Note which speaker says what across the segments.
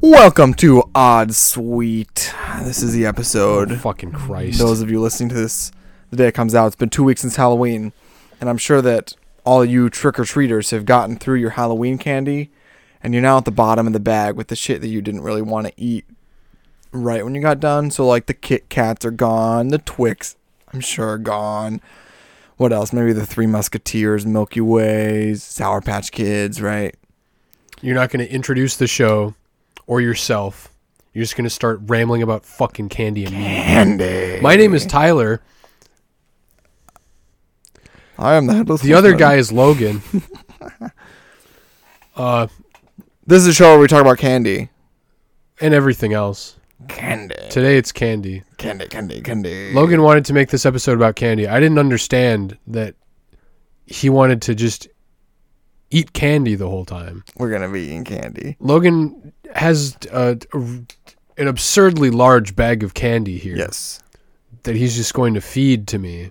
Speaker 1: Welcome to Odd Sweet. This is the episode.
Speaker 2: Oh, Fucking Christ.
Speaker 1: Those of you listening to this the day it comes out, it's been two weeks since Halloween, and I'm sure that all you trick or treaters have gotten through your Halloween candy, and you're now at the bottom of the bag with the shit that you didn't really want to eat right when you got done. So, like, the Kit Kats are gone, the Twix, I'm sure, are gone. What else? Maybe the Three Musketeers, Milky Ways, Sour Patch Kids, right?
Speaker 2: You're not going to introduce the show or yourself. You're just going to start rambling about fucking candy and meat.
Speaker 1: Candy.
Speaker 2: My name is Tyler.
Speaker 1: I am the headless.
Speaker 2: The other
Speaker 1: horseman.
Speaker 2: guy is Logan. Uh,
Speaker 1: This is a show where we talk about candy.
Speaker 2: and everything else.
Speaker 1: Candy.
Speaker 2: Today it's candy.
Speaker 1: Candy, candy, candy.
Speaker 2: Logan wanted to make this episode about candy. I didn't understand that he wanted to just eat candy the whole time.
Speaker 1: We're gonna be eating candy.
Speaker 2: Logan has uh, a- an absurdly large bag of candy here
Speaker 1: Yes.
Speaker 2: that he's just going to feed to me.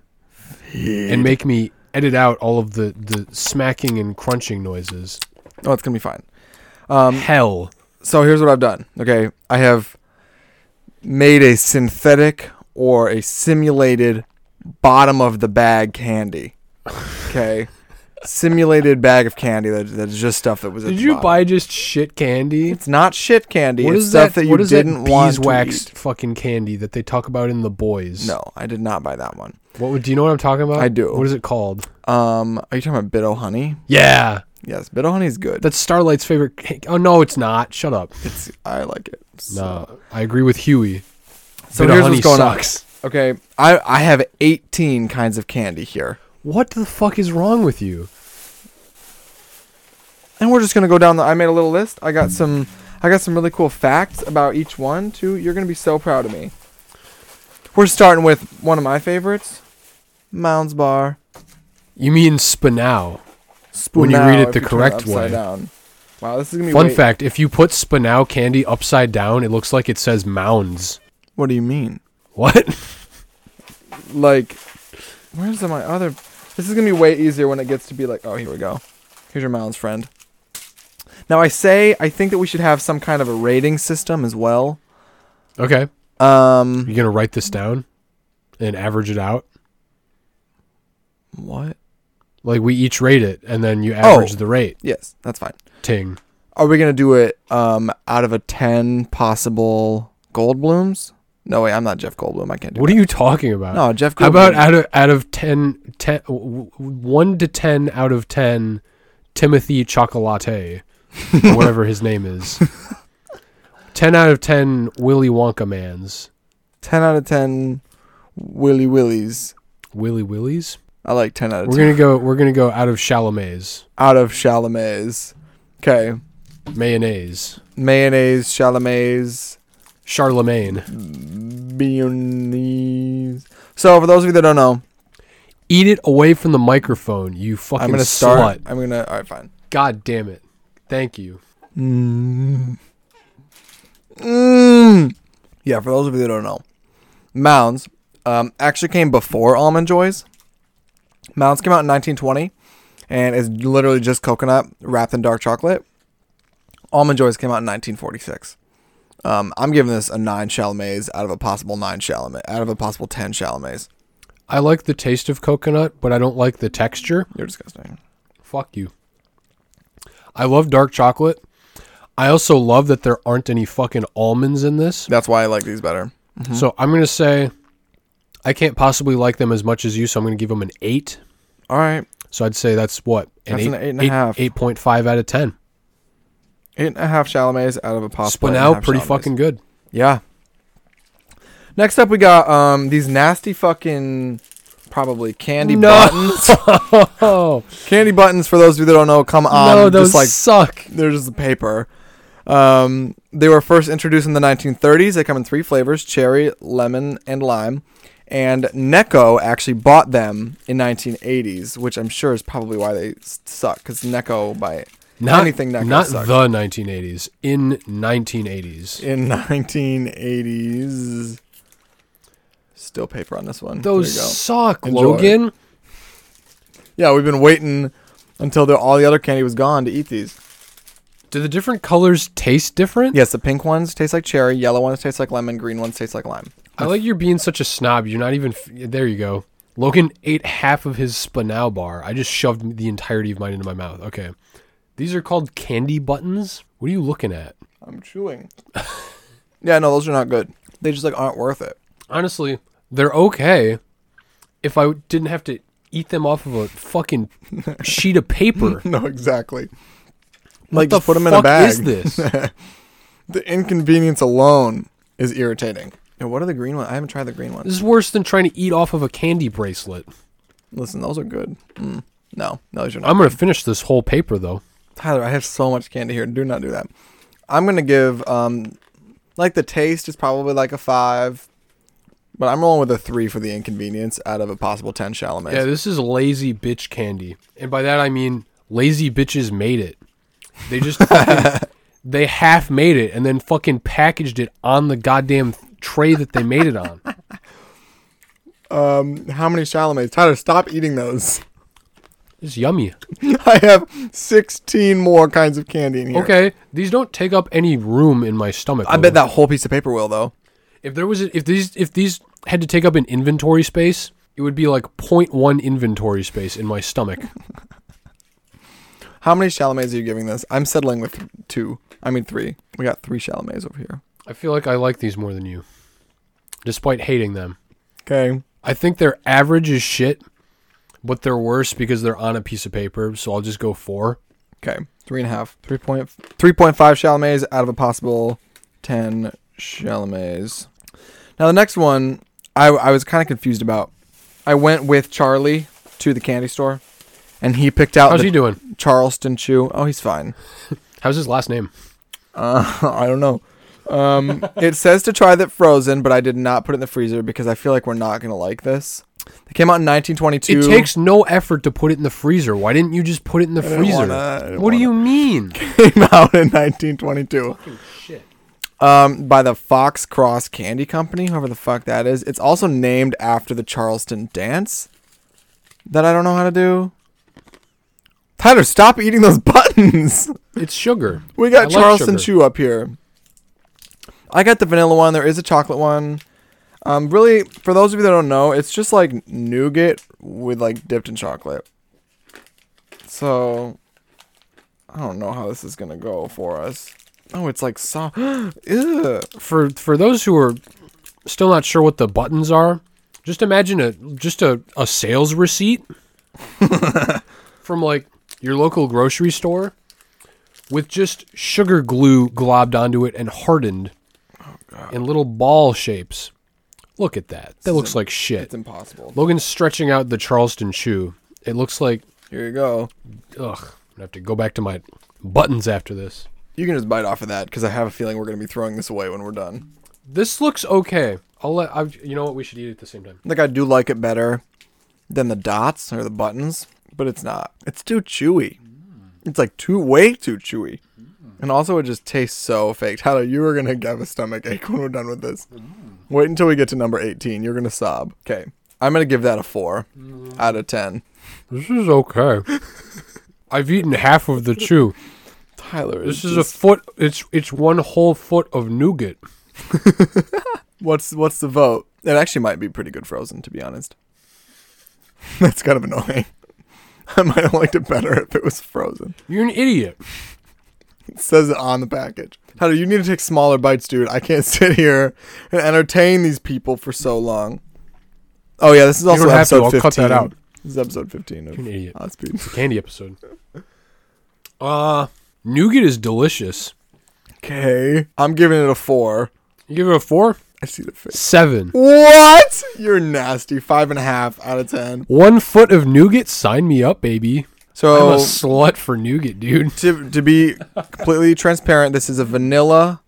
Speaker 2: and make me edit out all of the, the smacking and crunching noises.
Speaker 1: Oh, it's gonna be fine.
Speaker 2: Um, Hell.
Speaker 1: So here's what I've done. Okay, I have made a synthetic or a simulated bottom of the bag candy. Okay, simulated bag of candy that that's just stuff that was. at
Speaker 2: Did
Speaker 1: the
Speaker 2: you
Speaker 1: bottom.
Speaker 2: buy just shit candy?
Speaker 1: It's not shit candy.
Speaker 2: What
Speaker 1: it's
Speaker 2: is
Speaker 1: stuff
Speaker 2: that?
Speaker 1: that, you
Speaker 2: what is
Speaker 1: didn't
Speaker 2: that
Speaker 1: want to
Speaker 2: beeswax
Speaker 1: eat.
Speaker 2: fucking candy that they talk about in The Boys?
Speaker 1: No, I did not buy that one.
Speaker 2: What would- do you know what I'm talking about?
Speaker 1: I do.
Speaker 2: What is it called?
Speaker 1: Um, are you talking about Bitto Honey?
Speaker 2: Yeah,
Speaker 1: Yes, Bitto Honey is good.
Speaker 2: that's Starlight's favorite. ca- Oh no, it's not. Shut up.
Speaker 1: It's, I like it. So-
Speaker 2: No, I agree with Huey.
Speaker 1: So
Speaker 2: Bit of
Speaker 1: here's
Speaker 2: honey
Speaker 1: what's going
Speaker 2: sucks.
Speaker 1: on. Okay, I I have 18 kinds of candy here,
Speaker 2: What the fuck is wrong with you?
Speaker 1: and we're just gonna go down the. I made a little list. I got some. I got some really cool facts about each one too. You're gonna be so proud of me. We're starting with one of my favorites, Mounds Bar.
Speaker 2: You mean Spinow?
Speaker 1: Spoon
Speaker 2: When you read
Speaker 1: Now
Speaker 2: it
Speaker 1: if
Speaker 2: the
Speaker 1: turn
Speaker 2: correct
Speaker 1: upside
Speaker 2: way.
Speaker 1: Down. Wow, this is gonna be
Speaker 2: Fun
Speaker 1: way-
Speaker 2: fact: If you put Spinow candy upside down, it looks like it says mounds.
Speaker 1: What do you mean?
Speaker 2: What?
Speaker 1: Like, where's my other? This is gonna be way easier when it gets to be like, oh, here we go. Here's your Mounds friend. Now I say I think that we should have some kind of a rating system as well.
Speaker 2: Okay.
Speaker 1: Um,
Speaker 2: You gonna write this down and average it out?
Speaker 1: what?
Speaker 2: Like we each rate it, and then you average
Speaker 1: Oh.
Speaker 2: the rate.
Speaker 1: Yes, that's fine.
Speaker 2: Ting.
Speaker 1: Are we gonna do it um out of a ten possible Goldblooms? No wait, I'm not Jeff Goldblum. I can't do.
Speaker 2: What are you talking about?
Speaker 1: No, Jeff. Goldblum.
Speaker 2: How about out of out of 10, 10 w- w- one to ten out of ten, Timothy Chocolate, or whatever his name is. ten out of ten Willy Wonka mans.
Speaker 1: ten out of ten Willy Willies?
Speaker 2: Willy Willies.
Speaker 1: I like ten out of
Speaker 2: We're
Speaker 1: 10
Speaker 2: gonna go. We're gonna go out of Chalamet's
Speaker 1: out of Chalamet's. Okay,
Speaker 2: mayonnaise.
Speaker 1: mayonnaise, Chalamet's,
Speaker 2: Charlemagne.
Speaker 1: mayonnaise. So for those of you that don't know,
Speaker 2: Eat it away from the microphone, you fucking
Speaker 1: I'm gonna start.
Speaker 2: slut.
Speaker 1: I'm gonna. All right, fine.
Speaker 2: God damn it. Thank you.
Speaker 1: Mm. Mm. Yeah, for those of you that don't know, Mounds um, actually came before Almond Joys. Mounds came out in 1920 and is literally just coconut wrapped in dark chocolate. Almond Joys came out in 1946. Um, I'm giving this a nine Chalamets out of a possible nine Chalamet out of a possible ten Chalamets.
Speaker 2: I like the taste of coconut, but I don't like the texture.
Speaker 1: You're disgusting.
Speaker 2: Fuck you. I love dark chocolate. I also love that there aren't any fucking almonds in this.
Speaker 1: That's why I like these better.
Speaker 2: So I'm going to say I can't possibly like them as much as you, so I'm going to give them an 8.
Speaker 1: All right,
Speaker 2: So I'd say that's what?
Speaker 1: That's an eight and a half.
Speaker 2: 8.5 out of 10.
Speaker 1: eight and a half Chalamets out of a possible.
Speaker 2: Spun
Speaker 1: eight and a
Speaker 2: out
Speaker 1: half
Speaker 2: pretty
Speaker 1: Chalamets.
Speaker 2: fucking good.
Speaker 1: Yeah. Next up, we got um these nasty fucking probably candy buttons.
Speaker 2: Oh,
Speaker 1: Candy buttons for those of you that don't know, come on,
Speaker 2: no, those
Speaker 1: just like
Speaker 2: suck.
Speaker 1: they're just paper. Um, they were first introduced in the 1930s. They come in three flavors: cherry, lemon, and lime. And Necco actually bought them in 1980s, which I'm sure is probably why they s- suck. Because Necco by
Speaker 2: Not,
Speaker 1: anything Necco
Speaker 2: not
Speaker 1: sucks.
Speaker 2: the 1980s. In 1980s.
Speaker 1: in 1980s. Still paper on this one. There
Speaker 2: Those
Speaker 1: you go.
Speaker 2: suck,
Speaker 1: Enjoy.
Speaker 2: Logan.
Speaker 1: Yeah, we've been waiting until the, all the other candy was gone to eat these.
Speaker 2: Do the different colors taste different?
Speaker 1: Yes, the pink ones taste like cherry, yellow ones taste like lemon, green ones taste like lime.
Speaker 2: I like you're being such a snob. You're not even. F- there you go. Logan ate half of his Spinel bar. I just shoved the entirety of mine into my mouth. Okay. These are called candy buttons. What are you looking at?
Speaker 1: I'm chewing. yeah, no, those are not good. They just like aren't worth it.
Speaker 2: Honestly, they're okay if I didn't have to eat them off of a fucking sheet of paper.
Speaker 1: No, exactly. Like
Speaker 2: the
Speaker 1: just put them in a
Speaker 2: fuck
Speaker 1: bag.
Speaker 2: is this?
Speaker 1: The inconvenience alone is irritating. And what are the green ones? I haven't tried the green ones.
Speaker 2: This is worse than trying to eat off of a candy bracelet.
Speaker 1: Listen, those are good. Mm. No, no, those are not.
Speaker 2: I'm going to finish this whole paper, though.
Speaker 1: Tyler, I have so much candy here. Do not do that. I'm gonna give um, like the taste is probably like a five, but I'm rolling with a three for the inconvenience out of a possible ten Chalamet.
Speaker 2: Yeah, this is lazy bitch candy. And by that I mean lazy bitches made it. They just fucking, they half made it and then fucking packaged it on the goddamn tray that they made it on.
Speaker 1: Um, how many Chalamets? Tyler, stop eating those.
Speaker 2: It's yummy.
Speaker 1: I have 16 more kinds of candy in here.
Speaker 2: Okay, these don't take up any room in my stomach.
Speaker 1: I bet that whole piece of paper will though.
Speaker 2: if there was a, if these if these had to take up an inventory space, it would be like 0.1 inventory space in my stomach.
Speaker 1: How many Chalamets are you giving this? I'm settling with two. I mean three. We got three Chalamets over here.
Speaker 2: I feel like I like these more than you, despite hating them.
Speaker 1: Okay.
Speaker 2: I think they're average as shit, but they're worse because they're on a piece of paper. So I'll just go four.
Speaker 1: Okay. Three and a half. Three point three point five Chalamets out of a possible ten Chalamets. Now the next one I I was kinda confused about. I went with Charlie to the candy store and he picked out
Speaker 2: How's
Speaker 1: the
Speaker 2: he doing?
Speaker 1: Charleston chew. Oh, he's fine.
Speaker 2: How's his last name?
Speaker 1: Uh, I don't know. Um, it says to try that frozen, but I did not put it in the freezer because I feel like we're not gonna like this. They came out in 1922.
Speaker 2: It takes no effort to put it in the freezer. Why didn't you just put it in the
Speaker 1: didn't
Speaker 2: freezer?
Speaker 1: wanna- I didn't
Speaker 2: what do you mean?
Speaker 1: came out in 1922
Speaker 2: shit.
Speaker 1: um, by the Fox Cross Candy Company, whoever the fuck that is. It's also named after the Charleston dance that I don't know how to do. Tyler, stop eating those buttons.
Speaker 2: It's sugar.
Speaker 1: We
Speaker 2: I
Speaker 1: got
Speaker 2: like
Speaker 1: Charleston
Speaker 2: sugar.
Speaker 1: Chew up here. I got the vanilla one. There is a chocolate one. Um, really, for those of you that don't know, it's just like nougat with like dipped in chocolate. So, I don't know how this is gonna go for us. Oh, it's like soft. Ew.
Speaker 2: For for those who are still not sure what the buttons are, just imagine a just a, a sales receipt from like your local grocery store with just sugar glue globbed onto it and hardened in little ball shapes. Look at that. That looks like shit.
Speaker 1: It's impossible.
Speaker 2: Logan's stretching out the Charleston shoe. It looks like
Speaker 1: Here you go.
Speaker 2: ugh. I have to go back to my buttons after this.
Speaker 1: You can just bite off of that because I have a feeling we're gonna be throwing this away when we're done.
Speaker 2: This looks okay. I'll let. I, you know what? We should eat it at the same time.
Speaker 1: Like I do like it better than the dots or the buttons, but it's not. It's too chewy. It's like too way too chewy. And also it just tastes so fake. Tyler, you are gonna have a stomach ache when we're done with this. Wait until we get to number eighteen. You're gonna sob. Okay. I'm gonna give that a four out of ten.
Speaker 2: This is okay. I've eaten half of the chew.
Speaker 1: Tyler
Speaker 2: This is a foot. It's it's one whole foot of nougat.
Speaker 1: what's what's the vote? It actually might be pretty good frozen, to be honest. That's kind of annoying. I might have liked it better if it was frozen.
Speaker 2: You're an idiot.
Speaker 1: says it on the package. Tyler, you need to take smaller bites, dude. I can't sit here and entertain these people for so long. Oh yeah, this is also
Speaker 2: don't have to.
Speaker 1: episode
Speaker 2: I'll cut
Speaker 1: fifteen.
Speaker 2: that out.
Speaker 1: This is episode fifteen
Speaker 2: You're
Speaker 1: of
Speaker 2: an idiot.
Speaker 1: Hot Speed.
Speaker 2: Candy episode. Uh, nougat is delicious.
Speaker 1: Okay, I'm giving it a four.
Speaker 2: You give it a four,
Speaker 1: I see the face.
Speaker 2: seven.
Speaker 1: What? You're nasty. Five and a half out of ten.
Speaker 2: One foot of nougat. Sign me up, baby. I'm a
Speaker 1: So
Speaker 2: slut for nougat, dude.
Speaker 1: to to be completely transparent, this is a vanilla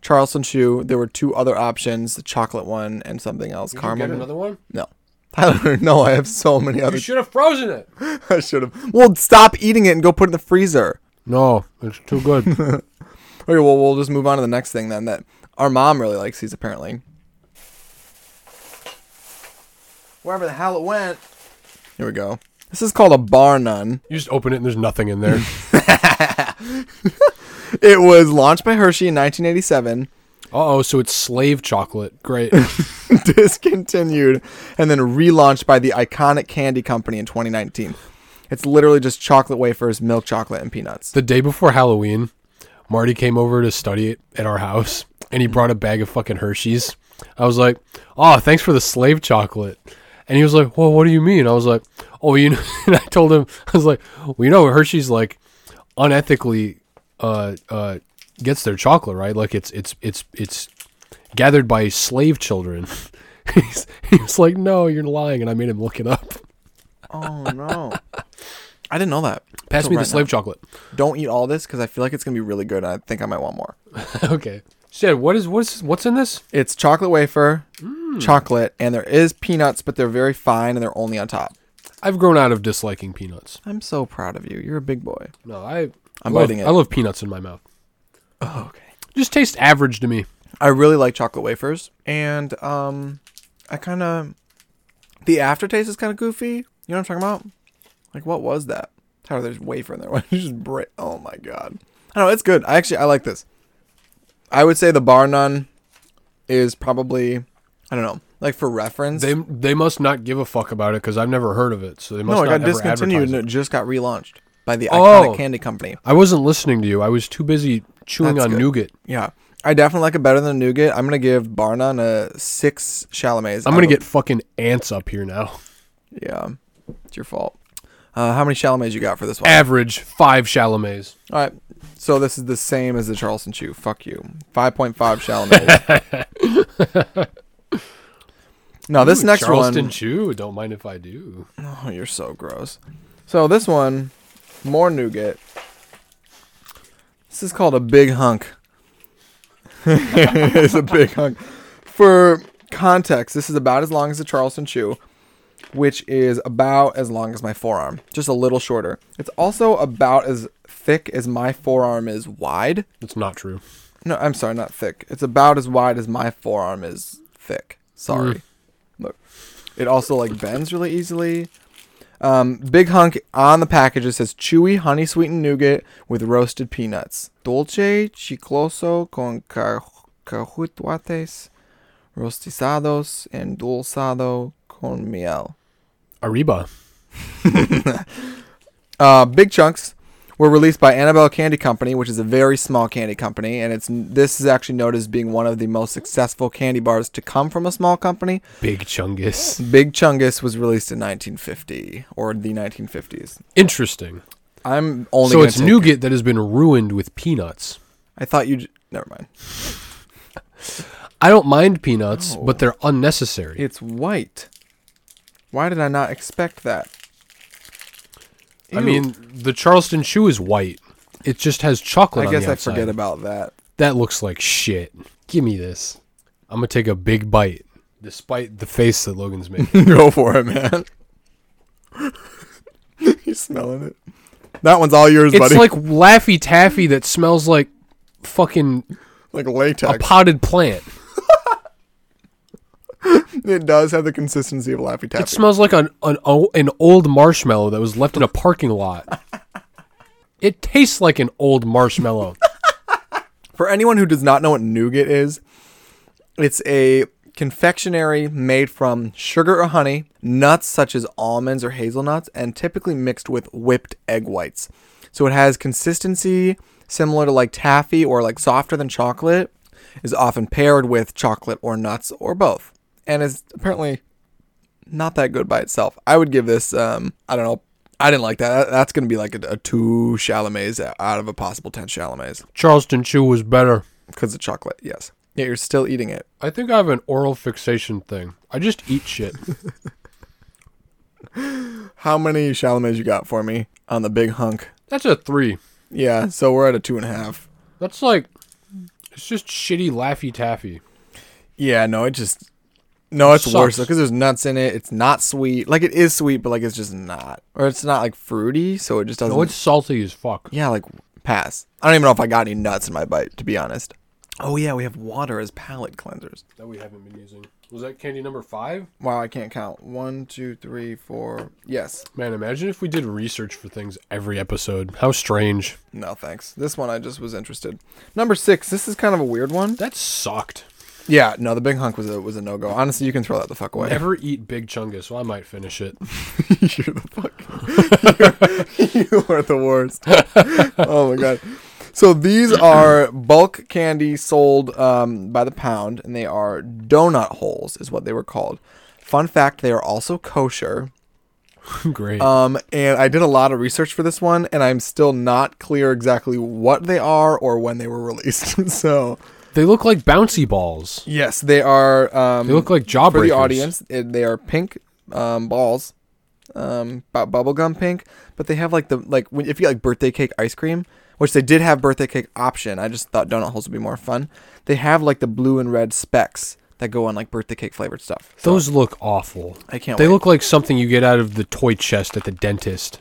Speaker 1: Charleston shoe. There were two other options: the chocolate one and something else, caramel.
Speaker 2: one.
Speaker 1: No, Tyler. No, I have so many
Speaker 2: You
Speaker 1: other
Speaker 2: should have frozen it.
Speaker 1: I should have. Well, stop eating it and go put it in the freezer.
Speaker 2: No, it's too good.
Speaker 1: Okay, well, we'll just move on to the next thing then that our mom really likes these apparently. Wherever the hell it went. Here we go. This is called a bar nun.
Speaker 2: you just open it and there's nothing in there.
Speaker 1: It was launched by Hershey in 1987,
Speaker 2: Uh oh, so it's slave chocolate. Great.
Speaker 1: discontinued, and then relaunched by the iconic candy company in 2019. It's literally just chocolate wafers, milk chocolate, and peanuts.
Speaker 2: the day before Halloween, Marty came over to study it at our house and he brought a bag of fucking Hershey's. I was like, Oh, thanks for the slave chocolate. And he was like, Well, what do you mean? I was like, Oh, you know and I told him I was like, Well, you know, Hershey's like unethically uh uh gets their chocolate, right? Like it's it's it's it's gathered by slave children. He's, he was like, No, you're lying and I made him look it up.
Speaker 1: Oh no, I didn't know that.
Speaker 2: Pass
Speaker 1: Till
Speaker 2: me the
Speaker 1: right
Speaker 2: slave chocolate.
Speaker 1: now. Don't eat all this because I feel like it's gonna be really good. and I think I might want more.
Speaker 2: okay. Shit, what is what's what's in this?
Speaker 1: It's chocolate wafer, chocolate, and there is peanuts, but they're very fine and they're only on top.
Speaker 2: I've grown out of disliking peanuts.
Speaker 1: I'm so proud of you. You're a big boy.
Speaker 2: No, I
Speaker 1: I'm
Speaker 2: love,
Speaker 1: biting it.
Speaker 2: I love peanuts in my mouth.
Speaker 1: Oh, okay.
Speaker 2: Just taste average to me.
Speaker 1: I really like chocolate wafers, and um, I kind of the aftertaste is kind of goofy. You know what I'm talking about? Like, what was that? How there's wafer in there? Why did you just break? Oh my god! I know it's good. I actually I like this. I would say the bar none is probably I don't know. Like for reference,
Speaker 2: They they must not give a fuck about it because I've never heard of it, so they must
Speaker 1: no, it
Speaker 2: not
Speaker 1: got
Speaker 2: ever
Speaker 1: discontinued
Speaker 2: advertise
Speaker 1: and
Speaker 2: it.
Speaker 1: it just got relaunched by the
Speaker 2: Oh.
Speaker 1: iconic candy company.
Speaker 2: I wasn't listening to you. I was too busy chewing
Speaker 1: That's
Speaker 2: on
Speaker 1: good.
Speaker 2: nougat.
Speaker 1: Yeah, I definitely like it better than nougat. I'm gonna give bar none a six Chalamets.
Speaker 2: I'm
Speaker 1: out
Speaker 2: gonna
Speaker 1: of-
Speaker 2: get fucking ants up here now.
Speaker 1: Yeah, it's your fault. Uh, how many Chalamets you got for this one?
Speaker 2: Average five Chalamets.
Speaker 1: All right, so this is the same as the Charleston Chew. Fuck you. Five point five Chalamets. now this
Speaker 2: Ooh,
Speaker 1: next
Speaker 2: Charleston
Speaker 1: one.
Speaker 2: Chew. Don't mind if I do.
Speaker 1: Oh, you're so gross. So this one, more nougat. This is called a big hunk. it's a big hunk. For context, this is about as long as the Charleston Chew, which is about as long as my forearm, just a little shorter. It's also about as thick as my forearm is wide.
Speaker 2: It's not true.
Speaker 1: No, I'm sorry, not thick. It's about as wide as my forearm is thick. Sorry. Look. It also like bends really easily. Um, Big Hunk on the package it says chewy honey sweetened nougat with roasted peanuts. Dolce chicloso con car- cacahuates rostizados and dulzado con miel.
Speaker 2: Arriba.
Speaker 1: Uh, big chunks were released by Annabelle Candy Company, which is a very small candy company, and it's this is actually noted as being one of the most successful candy bars to come from a small company.
Speaker 2: Big Chungus.
Speaker 1: Big Chungus was released in 1950 or the 1950s.
Speaker 2: Interesting.
Speaker 1: I'm only
Speaker 2: so
Speaker 1: gonna
Speaker 2: it's
Speaker 1: take-
Speaker 2: nougat that has been ruined with peanuts.
Speaker 1: I thought you. Never mind.
Speaker 2: I don't mind peanuts,
Speaker 1: No.
Speaker 2: but they're unnecessary.
Speaker 1: It's white. Why did I not expect that?
Speaker 2: I
Speaker 1: Ew.
Speaker 2: mean, the Charleston shoe is white. It just has chocolate.
Speaker 1: I guess
Speaker 2: on the
Speaker 1: I
Speaker 2: outside.
Speaker 1: forget about that.
Speaker 2: That looks like shit. Give me this. I'm gonna take a big bite, despite the face that Logan's making.
Speaker 1: Go for it, man. He's smelling it. That one's all yours,
Speaker 2: it's
Speaker 1: buddy.
Speaker 2: like Laffy Taffy that smells like fucking
Speaker 1: like latex.
Speaker 2: a potted plant.
Speaker 1: It does have the consistency of Laffy Taffy.
Speaker 2: It smells like an an, o- an old marshmallow that was left in a parking lot. It tastes like an old marshmallow.
Speaker 1: For anyone who does not know what nougat is, it's a confectionery made from sugar or honey, nuts such as almonds or hazelnuts, and typically mixed with whipped egg whites. So it has consistency similar to like taffy or like softer than chocolate, is often paired with chocolate or nuts or both, and is apparently not that good by itself. I would give this, um, I don't know. I didn't like that. That's going to be like a, a two Chalamets out of a possible 10 Chalamets
Speaker 2: Charleston shoe was better.
Speaker 1: because of chocolate. Yes. Yeah, you're still eating it.
Speaker 2: I think I have an oral fixation thing. I just eat shit.
Speaker 1: How many Chalamets you got for me on the big hunk?
Speaker 2: That's a three.
Speaker 1: Yeah, so we're at a two and a half.
Speaker 2: That's like it's just shitty Laffy Taffy.
Speaker 1: Yeah, no, it just no, it's
Speaker 2: Sucks.
Speaker 1: worse because there's nuts in it. It's not sweet. Like it is sweet, but like it's just not, or it's not like fruity, so it just doesn't.
Speaker 2: No, it's Oh, salty as fuck.
Speaker 1: yeah, like pass. I don't even know if I got any nuts in my bite, to be honest. Oh yeah, we have water as palate cleansers.
Speaker 2: that we haven't been using. Was that candy number five?
Speaker 1: Wow, I can't count. One, two, three, four. Yes.
Speaker 2: Man, imagine if we did research for things every episode. How strange.
Speaker 1: No, thanks. This one I just was interested. Number six. This is kind of a weird one.
Speaker 2: That sucked.
Speaker 1: Yeah. No, the big hunk was a was a no go. Honestly, you can throw that the fuck away.
Speaker 2: Never eat Big Chungus. Well, I might finish it.
Speaker 1: You're the fuck. you are the worst. oh my god. So these are bulk candy sold um, by the pound, and they are donut holes, is what they were called. Fun fact: they are also kosher.
Speaker 2: Great.
Speaker 1: Um, and I did a lot of research for this one, and I'm still not clear exactly what they are or when they were released. so
Speaker 2: they look like bouncy balls.
Speaker 1: yes, they are. Um,
Speaker 2: They look like
Speaker 1: for
Speaker 2: jawbreakers.
Speaker 1: the audience, it, they are pink um, balls, um, bu- bubblegum pink, but they have like the like when, if you like birthday cake ice cream, which they did have birthday cake option. I just thought donut holes would be more fun. They have like the blue and red specks that go on like birthday cake flavored stuff. So
Speaker 2: Those look awful.
Speaker 1: I can't.
Speaker 2: They
Speaker 1: wait.
Speaker 2: look like something you get out of the toy chest at the dentist.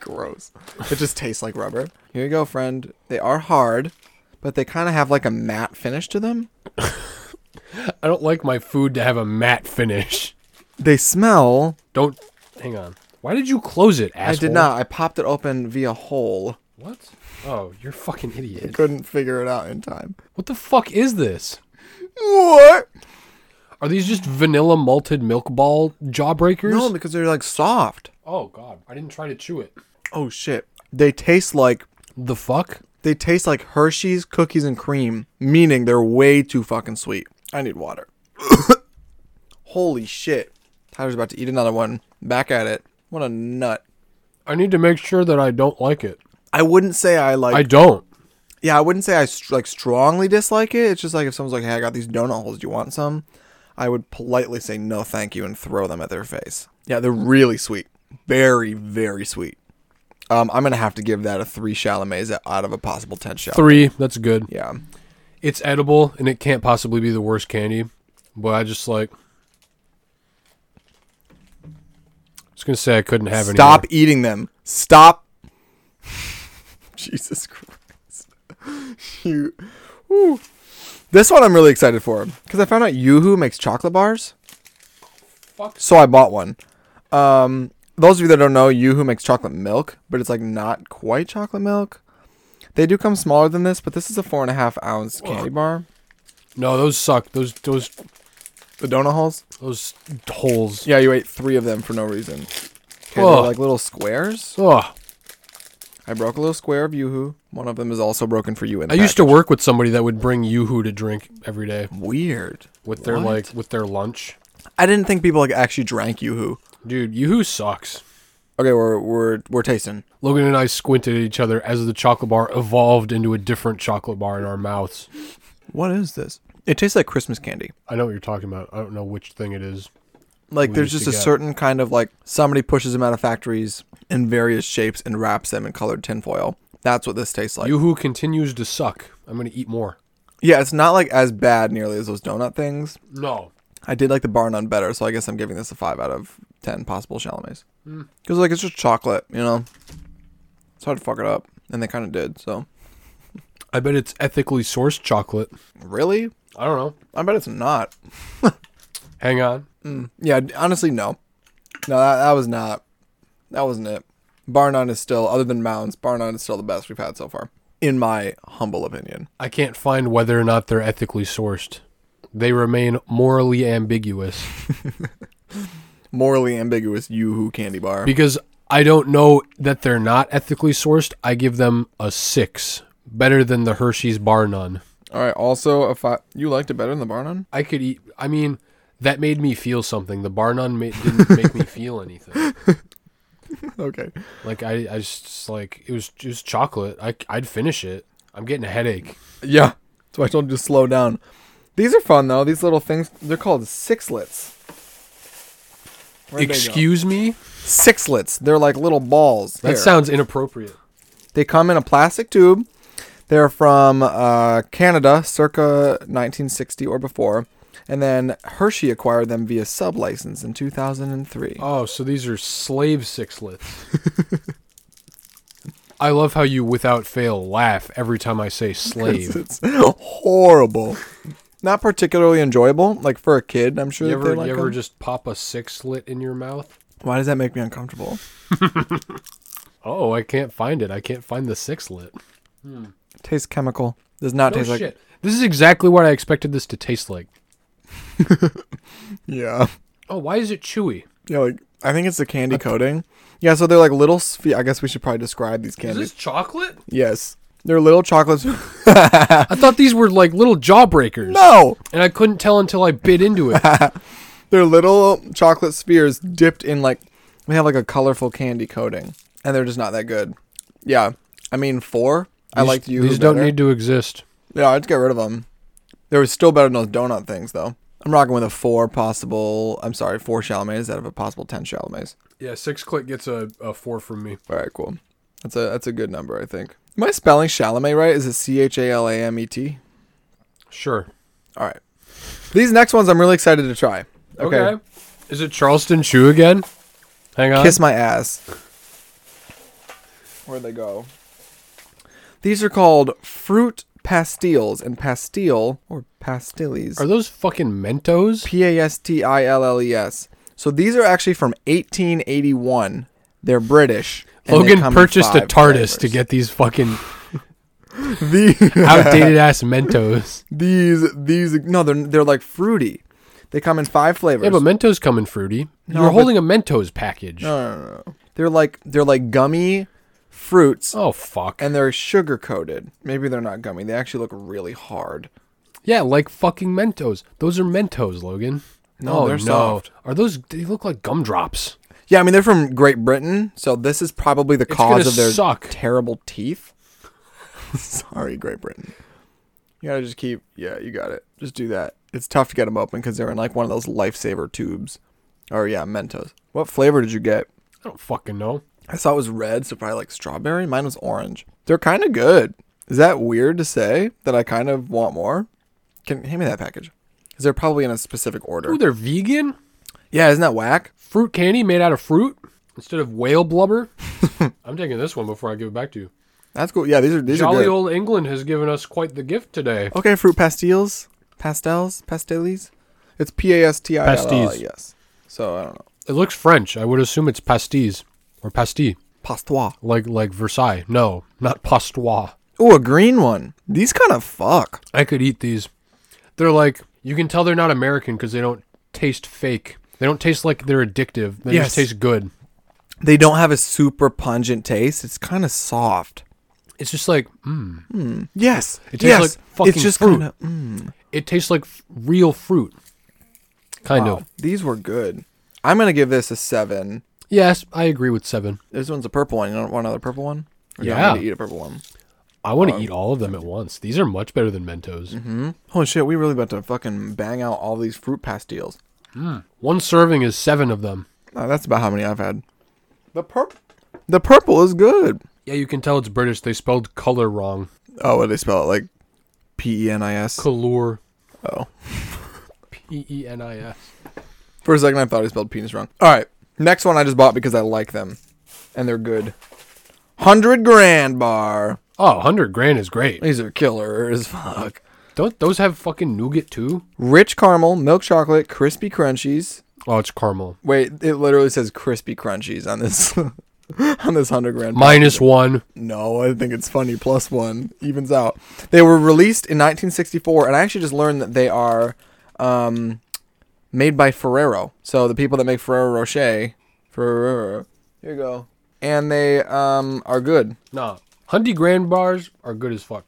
Speaker 1: gross. It just tastes like rubber. Here you go, friend. They are hard, but they kind of have like a matte finish to them.
Speaker 2: I don't like my food to have a matte finish.
Speaker 1: They smell.
Speaker 2: Don't. Hang on. Why did you close it, asshole?
Speaker 1: I did not. I popped it open via hole.
Speaker 2: What? Oh, you're a fucking idiot.
Speaker 1: Couldn't figure it out in time.
Speaker 2: What the fuck is this?
Speaker 1: What?
Speaker 2: Are these just vanilla malted milk ball jawbreakers?
Speaker 1: No, because they're like soft.
Speaker 2: Oh god, I didn't try to chew it.
Speaker 1: Oh shit. They taste like
Speaker 2: The fuck?
Speaker 1: they taste like Hershey's cookies and cream, meaning they're way too fucking sweet. I need water. Holy shit. Tyler's about to eat another one. Back at it. What a nut.
Speaker 2: I need to make sure that I don't like it.
Speaker 1: I wouldn't say I like
Speaker 2: I don't.
Speaker 1: yeah, I wouldn't say I str- like strongly dislike it. It's just like if someone's like, "Hey, I got these donut holes. Do you want some?" I would politely say no, thank you, and throw them at their face. Yeah, they're really sweet, very, very sweet. Um, I'm gonna have to give that a three Chalamets out of a possible ten shot.
Speaker 2: Three, that's good.
Speaker 1: Yeah,
Speaker 2: It's edible and it can't possibly be the worst candy. But I just like I was gonna say I couldn't have any.
Speaker 1: stop eating them. Stop. Jesus Christ, you. Whew. This one I'm really excited for because I found out YooHoo makes chocolate bars.
Speaker 2: Fuck.
Speaker 1: So I bought one. Um, those of you that don't know, YooHoo makes chocolate milk, but it's like not quite chocolate milk. They do come smaller than this, but this is a four and a half ounce candy bar.
Speaker 2: No, those suck. Those those
Speaker 1: The donut holes.
Speaker 2: those holes.
Speaker 1: Yeah, you ate three of them for no reason. 'Kay, they're
Speaker 2: Ugh.
Speaker 1: like little squares.
Speaker 2: Ugh.
Speaker 1: I broke a little square of YooHoo. One of them is also broken for you. In
Speaker 2: I used to work with somebody that would bring YooHoo to drink every day
Speaker 1: weird.
Speaker 2: with their
Speaker 1: What?
Speaker 2: like with their lunch.
Speaker 1: I didn't think people like actually drank YooHoo.
Speaker 2: Dude, YooHoo sucks.
Speaker 1: Okay, we're we're we're tasting.
Speaker 2: Logan and I squinted at each other as the chocolate bar evolved into a different chocolate bar in our mouths.
Speaker 1: What is this? It tastes like Christmas candy.
Speaker 2: I know what you're talking about. I don't know which thing it is.
Speaker 1: Like
Speaker 2: we
Speaker 1: there's just
Speaker 2: used to
Speaker 1: a
Speaker 2: get.
Speaker 1: certain kind of like somebody pushes them out of factories in various shapes and wraps them in colored tinfoil. That's what this tastes like.
Speaker 2: Yoo-hoo continues to suck. I'm gonna eat more.
Speaker 1: yeah, it's not like as bad nearly as those donut things.
Speaker 2: No.
Speaker 1: I did like the bar none better, so I guess I'm giving this a five out of ten possible Chalamets. Because like it's just chocolate, you know. It's hard to fuck it up, and they kind of did. So
Speaker 2: I bet it's ethically sourced chocolate.
Speaker 1: really,
Speaker 2: I don't know.
Speaker 1: I bet it's not.
Speaker 2: Hang on.
Speaker 1: Yeah, d- honestly, no, no, that, that was not, that wasn't it. Bar none is still, other than Mounds, bar none is still the best we've had so far, in my humble opinion.
Speaker 2: I can't find whether or not they're ethically sourced. They remain morally ambiguous
Speaker 1: Morally ambiguous, yoo-hoo candy bar.
Speaker 2: because I don't know that they're not ethically sourced. I give them a six, better than the Hershey's bar none.
Speaker 1: All right. Also, a five. You liked it better than the bar none.
Speaker 2: I could eat. I mean, that made me feel something. The bar none ma- didn't make me feel anything.
Speaker 1: okay.
Speaker 2: Like I, I just like it was just chocolate. I, I'd finish it. I'm getting a headache.
Speaker 1: Yeah. So I told you to slow down. These are fun though. These little things. They're called sixlets. Where'd they go?
Speaker 2: Excuse me.
Speaker 1: Sixlets. They're like little balls.
Speaker 2: That
Speaker 1: Here.
Speaker 2: sounds inappropriate.
Speaker 1: They come in a plastic tube. They're from uh, Canada, circa 1960 or before, and then Hershey acquired them via sublicense in 2003.
Speaker 2: Oh, so these are slave sixlets. I love how you, without fail, laugh every time I say slave.
Speaker 1: It's horrible. Not particularly enjoyable, like for a kid. I'm sure.
Speaker 2: You
Speaker 1: that
Speaker 2: ever,
Speaker 1: they like
Speaker 2: you ever
Speaker 1: them.
Speaker 2: just pop a six slit in your mouth?
Speaker 1: Why does that make me uncomfortable?
Speaker 2: Oh, I can't find it. I can't find the six slit.
Speaker 1: Tastes chemical. Does not
Speaker 2: No
Speaker 1: taste
Speaker 2: shit.
Speaker 1: like.
Speaker 2: This is exactly what I expected this to taste like.
Speaker 1: Yeah.
Speaker 2: Oh, why is it chewy?
Speaker 1: Yeah, like I think it's the candy coating. Yeah, so they're like little. Sphe- I guess we should probably describe these
Speaker 2: Is
Speaker 1: candies.
Speaker 2: this chocolate?
Speaker 1: yes, they're little chocolates.
Speaker 2: I thought these were like little jawbreakers,
Speaker 1: no,
Speaker 2: and I couldn't tell until I bit into it.
Speaker 1: they're little chocolate spheres dipped in like they have like a colorful candy coating, and they're just not that good. Yeah, I mean four. I
Speaker 2: These-
Speaker 1: liked you.
Speaker 2: These
Speaker 1: better.
Speaker 2: don't need to exist.
Speaker 1: Yeah, I'd get rid of them. They were still better than those donut things, though. I'm rocking with a four possible. I'm sorry, four Chalumet's out of a possible ten Chalumet's.
Speaker 2: Yeah, six click gets a, a four from me.
Speaker 1: All right, cool. That's a that's a good number, I think. Am I spelling Chalamet right? Is it C H A L A M E T?
Speaker 2: Sure.
Speaker 1: All right. These next ones I'm really excited to try.
Speaker 2: Okay. Is it Charleston Chew again? Hang on.
Speaker 1: Kiss my ass. Where'd they go? These are called fruit pastilles and pastille or pastilles.
Speaker 2: Are those fucking Mentos?
Speaker 1: P A S T I L L E S. So these are actually from 1881. They're British. and they
Speaker 2: Logan
Speaker 1: come in
Speaker 2: purchased a
Speaker 1: five
Speaker 2: TARDIS to
Speaker 1: flavors.
Speaker 2: get these fucking
Speaker 1: The-
Speaker 2: outdated ass Mentos.
Speaker 1: these. These no, they're they're like fruity. They come in five flavors.
Speaker 2: Yeah, but Mentos come in fruity.
Speaker 1: No,
Speaker 2: You're
Speaker 1: but-
Speaker 2: holding a Mentos package.
Speaker 1: no, no, no, no. They're like they're like gummy fruits,
Speaker 2: Oh fuck.
Speaker 1: and they're sugar coated. Maybe they're not gummy. They actually look really hard.
Speaker 2: Yeah, like fucking Mentos. Those are Mentos, Logan.
Speaker 1: No,
Speaker 2: Oh,
Speaker 1: they're soft.
Speaker 2: Are those? They look like gumdrops.
Speaker 1: Yeah, I mean they're from Great Britain, so this is probably the
Speaker 2: gonna
Speaker 1: cause of their
Speaker 2: suck.
Speaker 1: terrible teeth. Sorry, Great Britain. You gotta just keep. Yeah, you got it. Just do that. It's tough to get them open because they're in like one of those lifesaver tubes. Or yeah, Mentos. What flavor did you get?
Speaker 2: I don't fucking know.
Speaker 1: I saw it was red, so probably like strawberry. Mine was orange. They're kind of good. Is that weird to say that I kind of want more? Can hand me that package. Because they're probably in a specific
Speaker 2: Ooh,
Speaker 1: order.
Speaker 2: they're vegan.
Speaker 1: Yeah, isn't that whack?
Speaker 2: Fruit candy made out of fruit instead of whale blubber. I'm taking this one before I give it back to you.
Speaker 1: That's cool. Yeah, these are these are
Speaker 2: Jolly
Speaker 1: good.
Speaker 2: old England has given us quite the gift today.
Speaker 1: Okay, fruit pastilles, pastels, pastellis. It's P A S T I L L
Speaker 2: Pasties.
Speaker 1: E S. So I don't know.
Speaker 2: It looks French. I would assume it's pastis or pastille,
Speaker 1: Pastois.
Speaker 2: like like Versailles. No, not pastois.
Speaker 1: Oh, a green one. These kind of fuck.
Speaker 2: I could eat these. They're like you can tell they're not American because they don't taste fake. They don't taste like they're addictive. They
Speaker 1: Yes.
Speaker 2: just taste good.
Speaker 1: They don't have a super pungent taste. It's kind of soft.
Speaker 2: It's just like mm.
Speaker 1: Yes.
Speaker 2: It tastes
Speaker 1: yes.
Speaker 2: like fucking
Speaker 1: it's just
Speaker 2: fruit.
Speaker 1: Kinda, mm.
Speaker 2: it tastes like f- real fruit. Kind
Speaker 1: Wow.
Speaker 2: of.
Speaker 1: These were good. I'm gonna give this a seven.
Speaker 2: Yes, I agree with seven.
Speaker 1: This one's a purple one. You don't want another purple one? Or do you
Speaker 2: Yeah.
Speaker 1: want me to eat a purple one.
Speaker 2: I want to eat all of them at once. These are much better than Mentos. Mm-hmm.
Speaker 1: Holy shit, we really about to fucking bang out all these fruit pastilles.
Speaker 2: One serving is seven of them.
Speaker 1: Uh, that's about how many I've had. The purple. The purple is good.
Speaker 2: Yeah, you can tell it's British. They spelled color wrong.
Speaker 1: Oh, what do they spell it? Like P E N I S.
Speaker 2: Color.
Speaker 1: Oh.
Speaker 2: P E N I S.
Speaker 1: For a second, I thought I spelled penis wrong. All right, next one I just bought because I like them, and they're good. Hundred grand bar.
Speaker 2: Oh, 100 grand is great.
Speaker 1: These are killer as fuck.
Speaker 2: Don't those have fucking nougat too?
Speaker 1: Rich caramel, milk chocolate, crispy crunchies.
Speaker 2: Oh, it's caramel.
Speaker 1: Wait, it literally says crispy crunchies on this on this hundred grand.
Speaker 2: Minus one.
Speaker 1: No, I think it's funny. Plus one evens out. They were released in 1964, and I actually just learned that they are um, made by Ferrero. So the people that make Ferrero Rocher, Ferrero. Here you go. And they um, are good.
Speaker 2: Nah. 100 grand bars are good as fuck.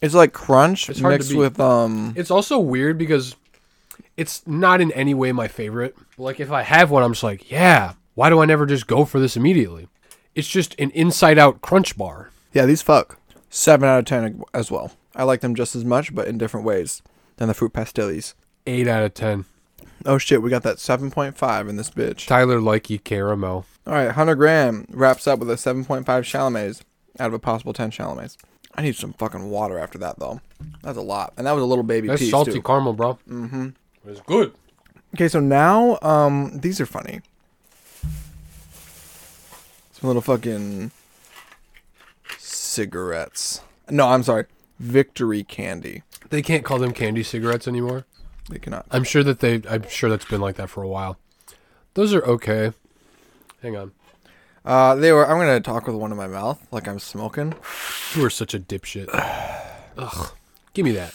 Speaker 1: It's like crunch
Speaker 2: It's hard to
Speaker 1: mixed
Speaker 2: beat.
Speaker 1: with um.
Speaker 2: It's also weird because it's not in any way my favorite. Like if I have one, I'm just like, yeah. Why do I never just go for this immediately? It's just an inside out crunch bar.
Speaker 1: Yeah, these fuck. Seven out of ten as well. I like them just as much, but in different ways than the fruit pastilles.
Speaker 2: Eight out of ten.
Speaker 1: Oh shit, we got that 7.5 in this bitch.
Speaker 2: Tyler Likey caramel.
Speaker 1: All right, Hunter Graham wraps up with a 7.5 Chalamet's out of a possible 10 Chalamet's. I need some fucking water after that, though. That's a lot. And that was a little baby
Speaker 2: That's
Speaker 1: piece,
Speaker 2: salty
Speaker 1: too.
Speaker 2: caramel, bro. Mm-hmm. It's good.
Speaker 1: Okay, so now, um, these are funny. Some little fucking cigarettes. No, I'm sorry. Victory candy.
Speaker 2: They can't call them candy cigarettes anymore.
Speaker 1: They cannot.
Speaker 2: I'm sure that they. I'm sure that's been like that for a while. Those are okay. Hang on.
Speaker 1: Uh, they were. I'm gonna talk with one in my mouth, like I'm smoking.
Speaker 2: You are such a dipshit. Ugh. Give me that.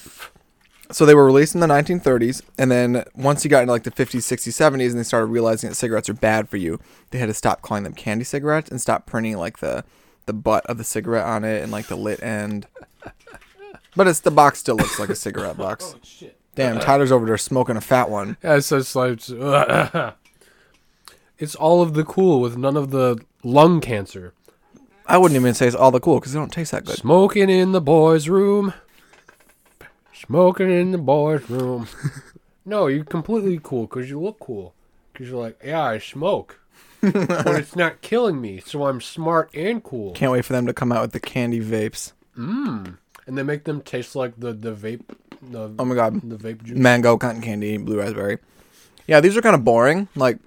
Speaker 1: So they were released in the 1930s, and then once you got into like the 50s, 60s, 70s, and they started realizing that cigarettes are bad for you, they had to stop calling them candy cigarettes and stop printing like the the butt of the cigarette on it and like the lit end. But it's the box still looks like a cigarette box.
Speaker 2: Shit.
Speaker 1: Damn, Tyler's over there smoking a fat one.
Speaker 2: Yeah, it's just like it's all of the cool with none of the lung cancer.
Speaker 1: I wouldn't even say it's all the cool because they don't taste that good.
Speaker 2: Smoking in the boys' room. Smoking in the boys' room. no, you're completely cool because you look cool. Because you're like, yeah, I smoke, but it's not killing me, so I'm smart and cool.
Speaker 1: Can't wait for them to come out with the candy vapes.
Speaker 2: And they make them taste like the the vape, the
Speaker 1: Oh my god,
Speaker 2: the vape juice.
Speaker 1: mango, cotton candy, blue raspberry. Yeah, these are kind of boring. Like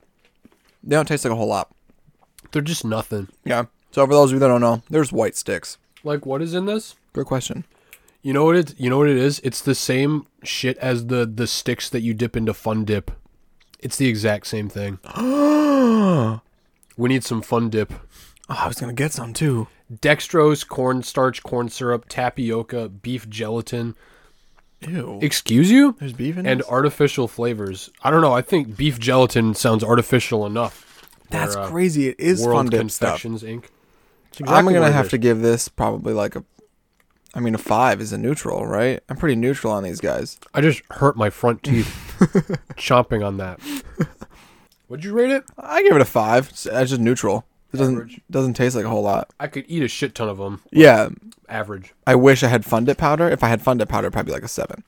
Speaker 1: they don't taste like a whole lot.
Speaker 2: They're just nothing.
Speaker 1: Yeah. So for those of you that don't know, there's white sticks.
Speaker 2: Like, what is in this?
Speaker 1: Good question.
Speaker 2: You know what it? You know what it is? It's the same shit as the the sticks that you dip into Fun Dip. It's the exact same thing. we need some Fun Dip.
Speaker 1: Oh, I was gonna get some too.
Speaker 2: Dextrose, cornstarch, corn syrup, tapioca, beef gelatin.
Speaker 1: Ew.
Speaker 2: Excuse you?
Speaker 1: There's beef in
Speaker 2: And
Speaker 1: this?
Speaker 2: artificial flavors. I don't know. I think beef gelatin sounds artificial enough.
Speaker 1: That's
Speaker 2: for, uh,
Speaker 1: crazy. It is fun
Speaker 2: World
Speaker 1: dip stuff.
Speaker 2: Confections Inc. It's
Speaker 1: I'm
Speaker 2: exactly what
Speaker 1: gonna
Speaker 2: it
Speaker 1: have
Speaker 2: is.
Speaker 1: to give this probably like a. I mean, a five is a neutral, right? I'm pretty neutral on these guys.
Speaker 2: I just hurt my front teeth chomping on that. Would you rate it?
Speaker 1: I give it a five. It's it's just neutral. It doesn't
Speaker 2: Average.
Speaker 1: doesn't taste like a whole lot.
Speaker 2: I could eat a shit ton of them.
Speaker 1: Yeah,
Speaker 2: Average.
Speaker 1: I wish I had Fun Dip powder. If I had Fun Dip powder, it'd probably be like a seven.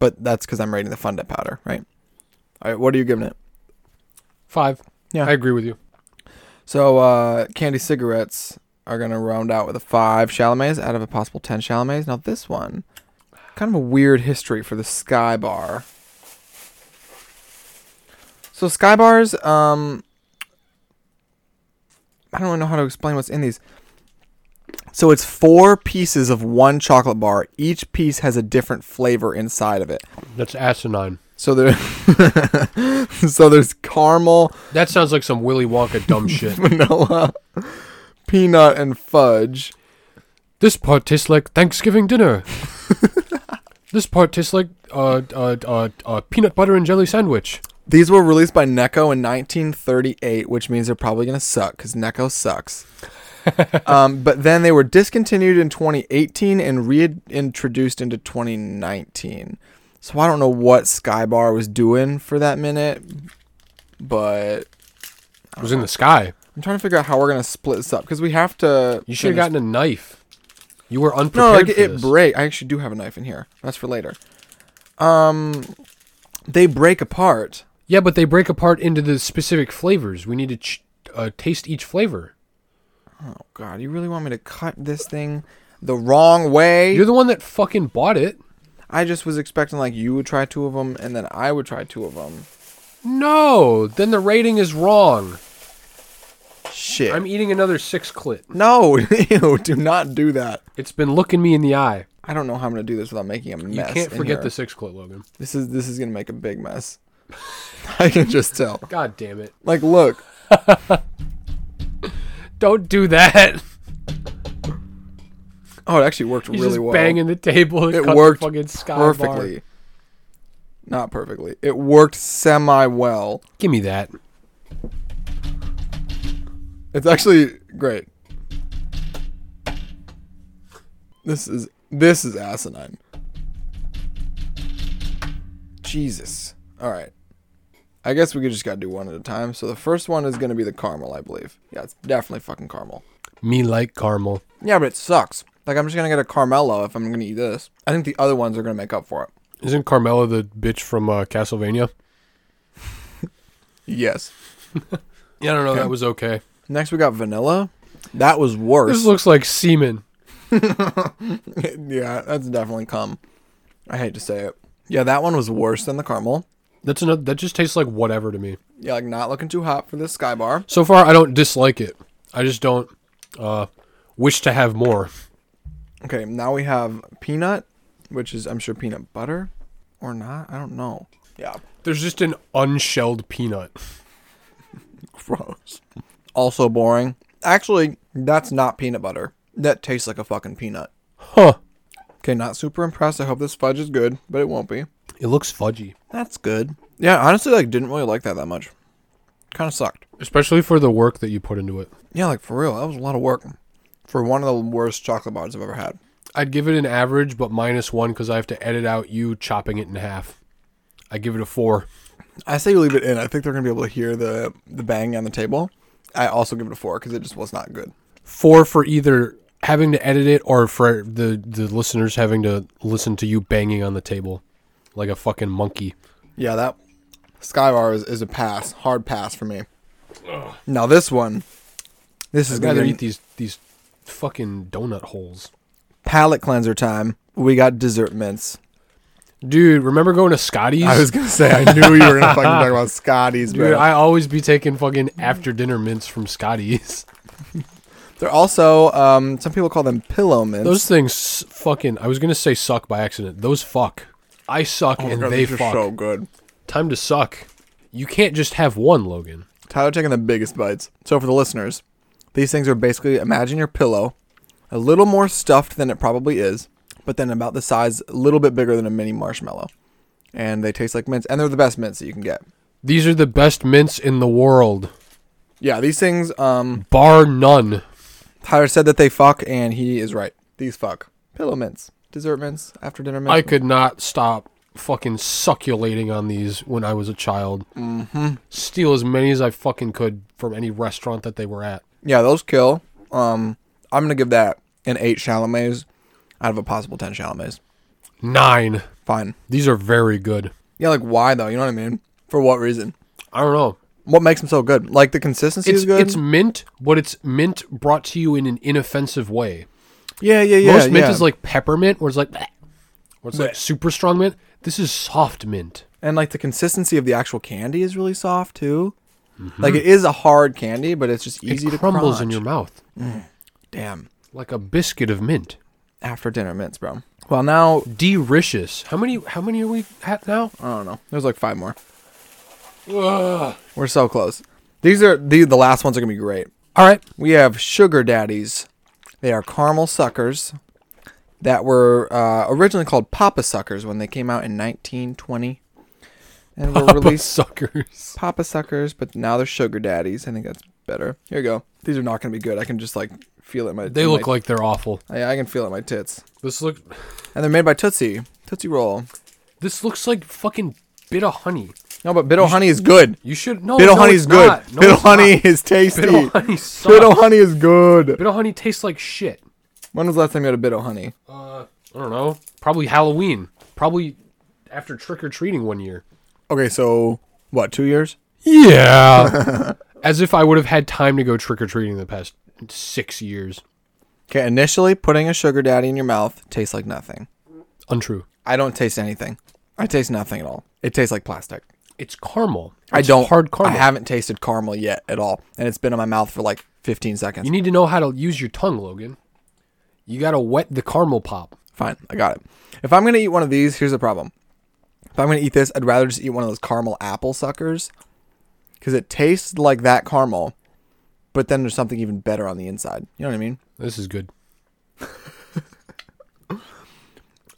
Speaker 1: But that's because I'm rating the Fun Dip powder, right? All right, what are you giving it?
Speaker 2: Five.
Speaker 1: Yeah.
Speaker 2: I agree with you.
Speaker 1: So, uh, candy cigarettes are gonna round out with a five Chalamets out of a possible ten Chalamets. Now this one, kind of a weird history for the Sky Bar. So Sky Bars, um, I don't really know how to explain what's in these. So it's four pieces of one chocolate bar. Each piece has a different flavor inside of it.
Speaker 2: That's asinine.
Speaker 1: So there, so there's caramel,
Speaker 2: That sounds like some Willy Wonka dumb shit.
Speaker 1: vanilla, peanut, and fudge.
Speaker 2: This part tastes like Thanksgiving dinner. this part tastes like uh, uh, uh, uh, peanut butter and jelly sandwich.
Speaker 1: These were released by Necco in 1938, which means they're probably going to suck because Necco sucks. um, but then they were discontinued in 2018 and reintroduced into 2019. So I don't know what Skybar was doing for that minute, but
Speaker 2: It was in the sky.
Speaker 1: I'm trying to figure out how we're going to split this up because we have to.
Speaker 2: You should have gotten a knife. You were unprepared
Speaker 1: No, like
Speaker 2: for
Speaker 1: it
Speaker 2: this.
Speaker 1: break. I actually do have a knife in here. That's for later. Um, they break apart.
Speaker 2: yeah, but they break apart into the specific flavors. We need to ch- uh, taste each flavor.
Speaker 1: Oh God, you really want me to cut this thing the wrong way?
Speaker 2: You're the one that fucking bought it.
Speaker 1: I just was expecting like you would try two of them and then I would try two of them.
Speaker 2: No, then the rating is wrong.
Speaker 1: Shit.
Speaker 2: I'm eating another six clit.
Speaker 1: no, ew, do not do that.
Speaker 2: It's been looking me in the eye.
Speaker 1: I don't know how I'm gonna do this without making a
Speaker 2: You
Speaker 1: mess.
Speaker 2: can't
Speaker 1: in
Speaker 2: forget
Speaker 1: here.
Speaker 2: the six clit, Logan.
Speaker 1: This is this is gonna make a big mess. I can just tell.
Speaker 2: God damn it.
Speaker 1: Like, look,
Speaker 2: Don't do that.
Speaker 1: oh, it actually worked
Speaker 2: He's
Speaker 1: really
Speaker 2: just
Speaker 1: well.
Speaker 2: banging the table. And
Speaker 1: it
Speaker 2: cut
Speaker 1: worked
Speaker 2: the fucking sky bar.
Speaker 1: perfectly. Not perfectly. It worked semi well.
Speaker 2: Give me that.
Speaker 1: It's actually great. This is this is asinine. Jesus. All right. I guess we could just gotta do one at a time. So the first one is gonna be the caramel, I believe. Yeah, it's definitely fucking caramel.
Speaker 2: Me like caramel.
Speaker 1: Yeah, but it sucks. Like I'm just gonna get a Carmelo if I'm gonna eat this. I think the other ones are gonna make up for it.
Speaker 2: Isn't Carmela the bitch from uh, Castlevania?
Speaker 1: Yes.
Speaker 2: Yeah, I don't know. That was okay.
Speaker 1: Next we got vanilla. That was worse.
Speaker 2: This looks like semen.
Speaker 1: yeah, that's definitely cum. I hate to say it. Yeah, that one was worse than the caramel.
Speaker 2: That's another. That just tastes like whatever to me.
Speaker 1: Yeah, like not looking too hot for this sky bar.
Speaker 2: So far, I don't dislike it. I just don't uh, wish to have more.
Speaker 1: Okay, now we have peanut, which is I'm sure peanut butter or not. I don't know. Yeah,
Speaker 2: There's just an unshelled peanut.
Speaker 1: gross. Also boring. Actually, that's not peanut butter. That tastes like a fucking peanut.
Speaker 2: Huh.
Speaker 1: Okay, not super impressed. I hope this fudge is good, but it won't be.
Speaker 2: It looks fudgy.
Speaker 1: That's good. Yeah, honestly, like didn't really like that that much. Kind of sucked.
Speaker 2: Especially for the work that you put into it.
Speaker 1: Yeah, like for real, that was a lot of work for one of the worst chocolate bars I've ever had.
Speaker 2: I'd give it an average, but minus one because I have to edit out you chopping it in half. I give it a four.
Speaker 1: I say you leave it in. I think they're gonna be able to hear the the bang on the table. I also give it a four because it just was not good.
Speaker 2: Four for either having to edit it or for the, the listeners having to listen to you banging on the table like a fucking monkey.
Speaker 1: Yeah, that Skybar is, is a pass, hard pass for me. Now this one, this is
Speaker 2: I'd
Speaker 1: gonna
Speaker 2: rather
Speaker 1: be
Speaker 2: eat these, these fucking donut holes.
Speaker 1: palate cleanser time. We got dessert mints.
Speaker 2: Dude, remember going to Scotty's?
Speaker 1: I was gonna say I knew you were gonna fucking talk about Scotties,
Speaker 2: Dude,
Speaker 1: but
Speaker 2: I always be taking fucking after dinner mints from Scotty's.
Speaker 1: they're also um, some people call them pillow mints.
Speaker 2: Those things s- fucking. I was gonna say suck by accident. Those fuck. I suck
Speaker 1: Oh my
Speaker 2: and
Speaker 1: God,
Speaker 2: they
Speaker 1: these are
Speaker 2: fuck.
Speaker 1: so good.
Speaker 2: Time to suck. You can't just have one, Logan.
Speaker 1: Tyler taking the biggest bites. So for the listeners, these things are basically imagine your pillow, a little more stuffed than it probably is, but then about the size, a little bit bigger than a mini marshmallow, and they taste like mints, and they're the best mints that you can get.
Speaker 2: These are the best mints in the world,
Speaker 1: Yeah, these things. Um,
Speaker 2: bar none.
Speaker 1: Tyler said that they fuck, and he is right. These fuck pillow mints, dessert mints, after dinner mints.
Speaker 2: I could not stop fucking succulating on these when I was a child. Mm-hmm. Steal as many as I fucking could from any restaurant that they were at.
Speaker 1: yeah, those kill. Um, I'm gonna give that an eight Chalamets out of a possible ten Chalamets.
Speaker 2: Nine.
Speaker 1: Fine.
Speaker 2: These are very good.
Speaker 1: Yeah, like why though? You know what I mean? For what reason?
Speaker 2: I don't know.
Speaker 1: What makes them so good? Like the consistency
Speaker 2: It's
Speaker 1: is good.
Speaker 2: it's mint, but it's mint brought to you in an inoffensive way.
Speaker 1: yeah, yeah, yeah.
Speaker 2: Most mint
Speaker 1: yeah.
Speaker 2: is like peppermint, where it's like, bleh, where it's like super strong mint. This is soft mint.
Speaker 1: and like the consistency of the actual candy is really soft too. Like it is a hard candy, but it's just easy
Speaker 2: Mm-hmm. it crumbles
Speaker 1: to crunch.
Speaker 2: in your mouth
Speaker 1: damn
Speaker 2: like a biscuit of mint.
Speaker 1: after dinner mints, bro. Well, now
Speaker 2: Delicious. How many? How many are we at now?
Speaker 1: I don't know. There's like five more.
Speaker 2: All
Speaker 1: We're so close. These are the the last ones are gonna be great.
Speaker 2: right.
Speaker 1: We have sugar daddies. They are caramel suckers that were uh, originally called Papa Suckers when they came out in 1920, and were
Speaker 2: Papa
Speaker 1: released
Speaker 2: suckers.
Speaker 1: Papa Suckers, but now they're Sugar Daddies. I think that's better. Here we go. These are not going to be good. I can just like feel it. In my
Speaker 2: They
Speaker 1: in
Speaker 2: look
Speaker 1: my,
Speaker 2: like they're awful.
Speaker 1: I, I can feel it. In my tits,
Speaker 2: This look.
Speaker 1: and they're made by Tootsie Tootsie Roll.
Speaker 2: This looks like fucking bit of honey.
Speaker 1: No, but Biddle Honey is good.
Speaker 2: You should no.
Speaker 1: Biddle
Speaker 2: no,
Speaker 1: Honey
Speaker 2: it's
Speaker 1: is good.
Speaker 2: not. No,
Speaker 1: Biddle
Speaker 2: it's
Speaker 1: Honey
Speaker 2: not.
Speaker 1: is tasty. Biddle,
Speaker 2: Biddle honey sucks.
Speaker 1: Honey is good.
Speaker 2: Biddle honey tastes like shit.
Speaker 1: When was the last time you had a Biddle Honey?
Speaker 2: I don't know. Probably Halloween. Probably after trick or treating one year.
Speaker 1: Okay, so what? Two years?
Speaker 2: Yeah. As if I would have had time to go trick or treating the past six years.
Speaker 1: Okay. Initially, putting a sugar daddy in your mouth tastes like nothing.
Speaker 2: Untrue.
Speaker 1: I don't taste anything. I taste nothing at all. It tastes like plastic.
Speaker 2: It's caramel.
Speaker 1: I
Speaker 2: It's
Speaker 1: don't
Speaker 2: hard caramel.
Speaker 1: I haven't tasted caramel yet at all, and it's been in my mouth for like 15 seconds.
Speaker 2: you need to know how to use your tongue, Logan. You gotta wet the caramel pop.
Speaker 1: Fine, I got it. If I'm gonna eat one of these, here's the problem. If I'm gonna eat this, I'd rather just eat one of those caramel apple suckers, because it tastes like that caramel, but then there's something even better on the inside. You know what I mean?
Speaker 2: This is good.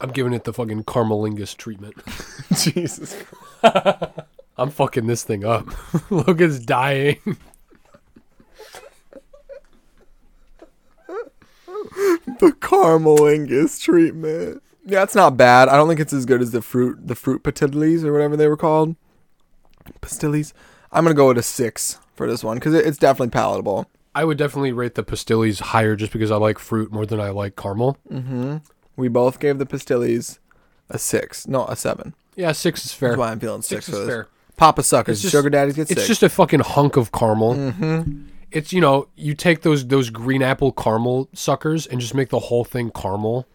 Speaker 2: I'm giving it the fucking caramelingus treatment.
Speaker 1: Jesus.
Speaker 2: I'm fucking this thing up. Logan's dying.
Speaker 1: The caramelingus treatment. Yeah, it's not bad. I don't think it's as good as the fruit, the fruit patilles or whatever they were called. Pastilles. I'm gonna go with a six for this one because it's definitely palatable.
Speaker 2: I would definitely rate the pastilles higher just because I like fruit more than I like caramel.
Speaker 1: We both gave the pastilles a six, no, a seven.
Speaker 2: Yeah, six is fair.
Speaker 1: That's why I'm feeling six,
Speaker 2: Six
Speaker 1: for
Speaker 2: is
Speaker 1: this.
Speaker 2: fair.
Speaker 1: Papa suckers,
Speaker 2: It's just-
Speaker 1: sugar daddies get
Speaker 2: It's
Speaker 1: six. Mm-hmm.
Speaker 2: just a fucking hunk of caramel. It's you know you take those those green apple caramel suckers and just make the whole thing caramel.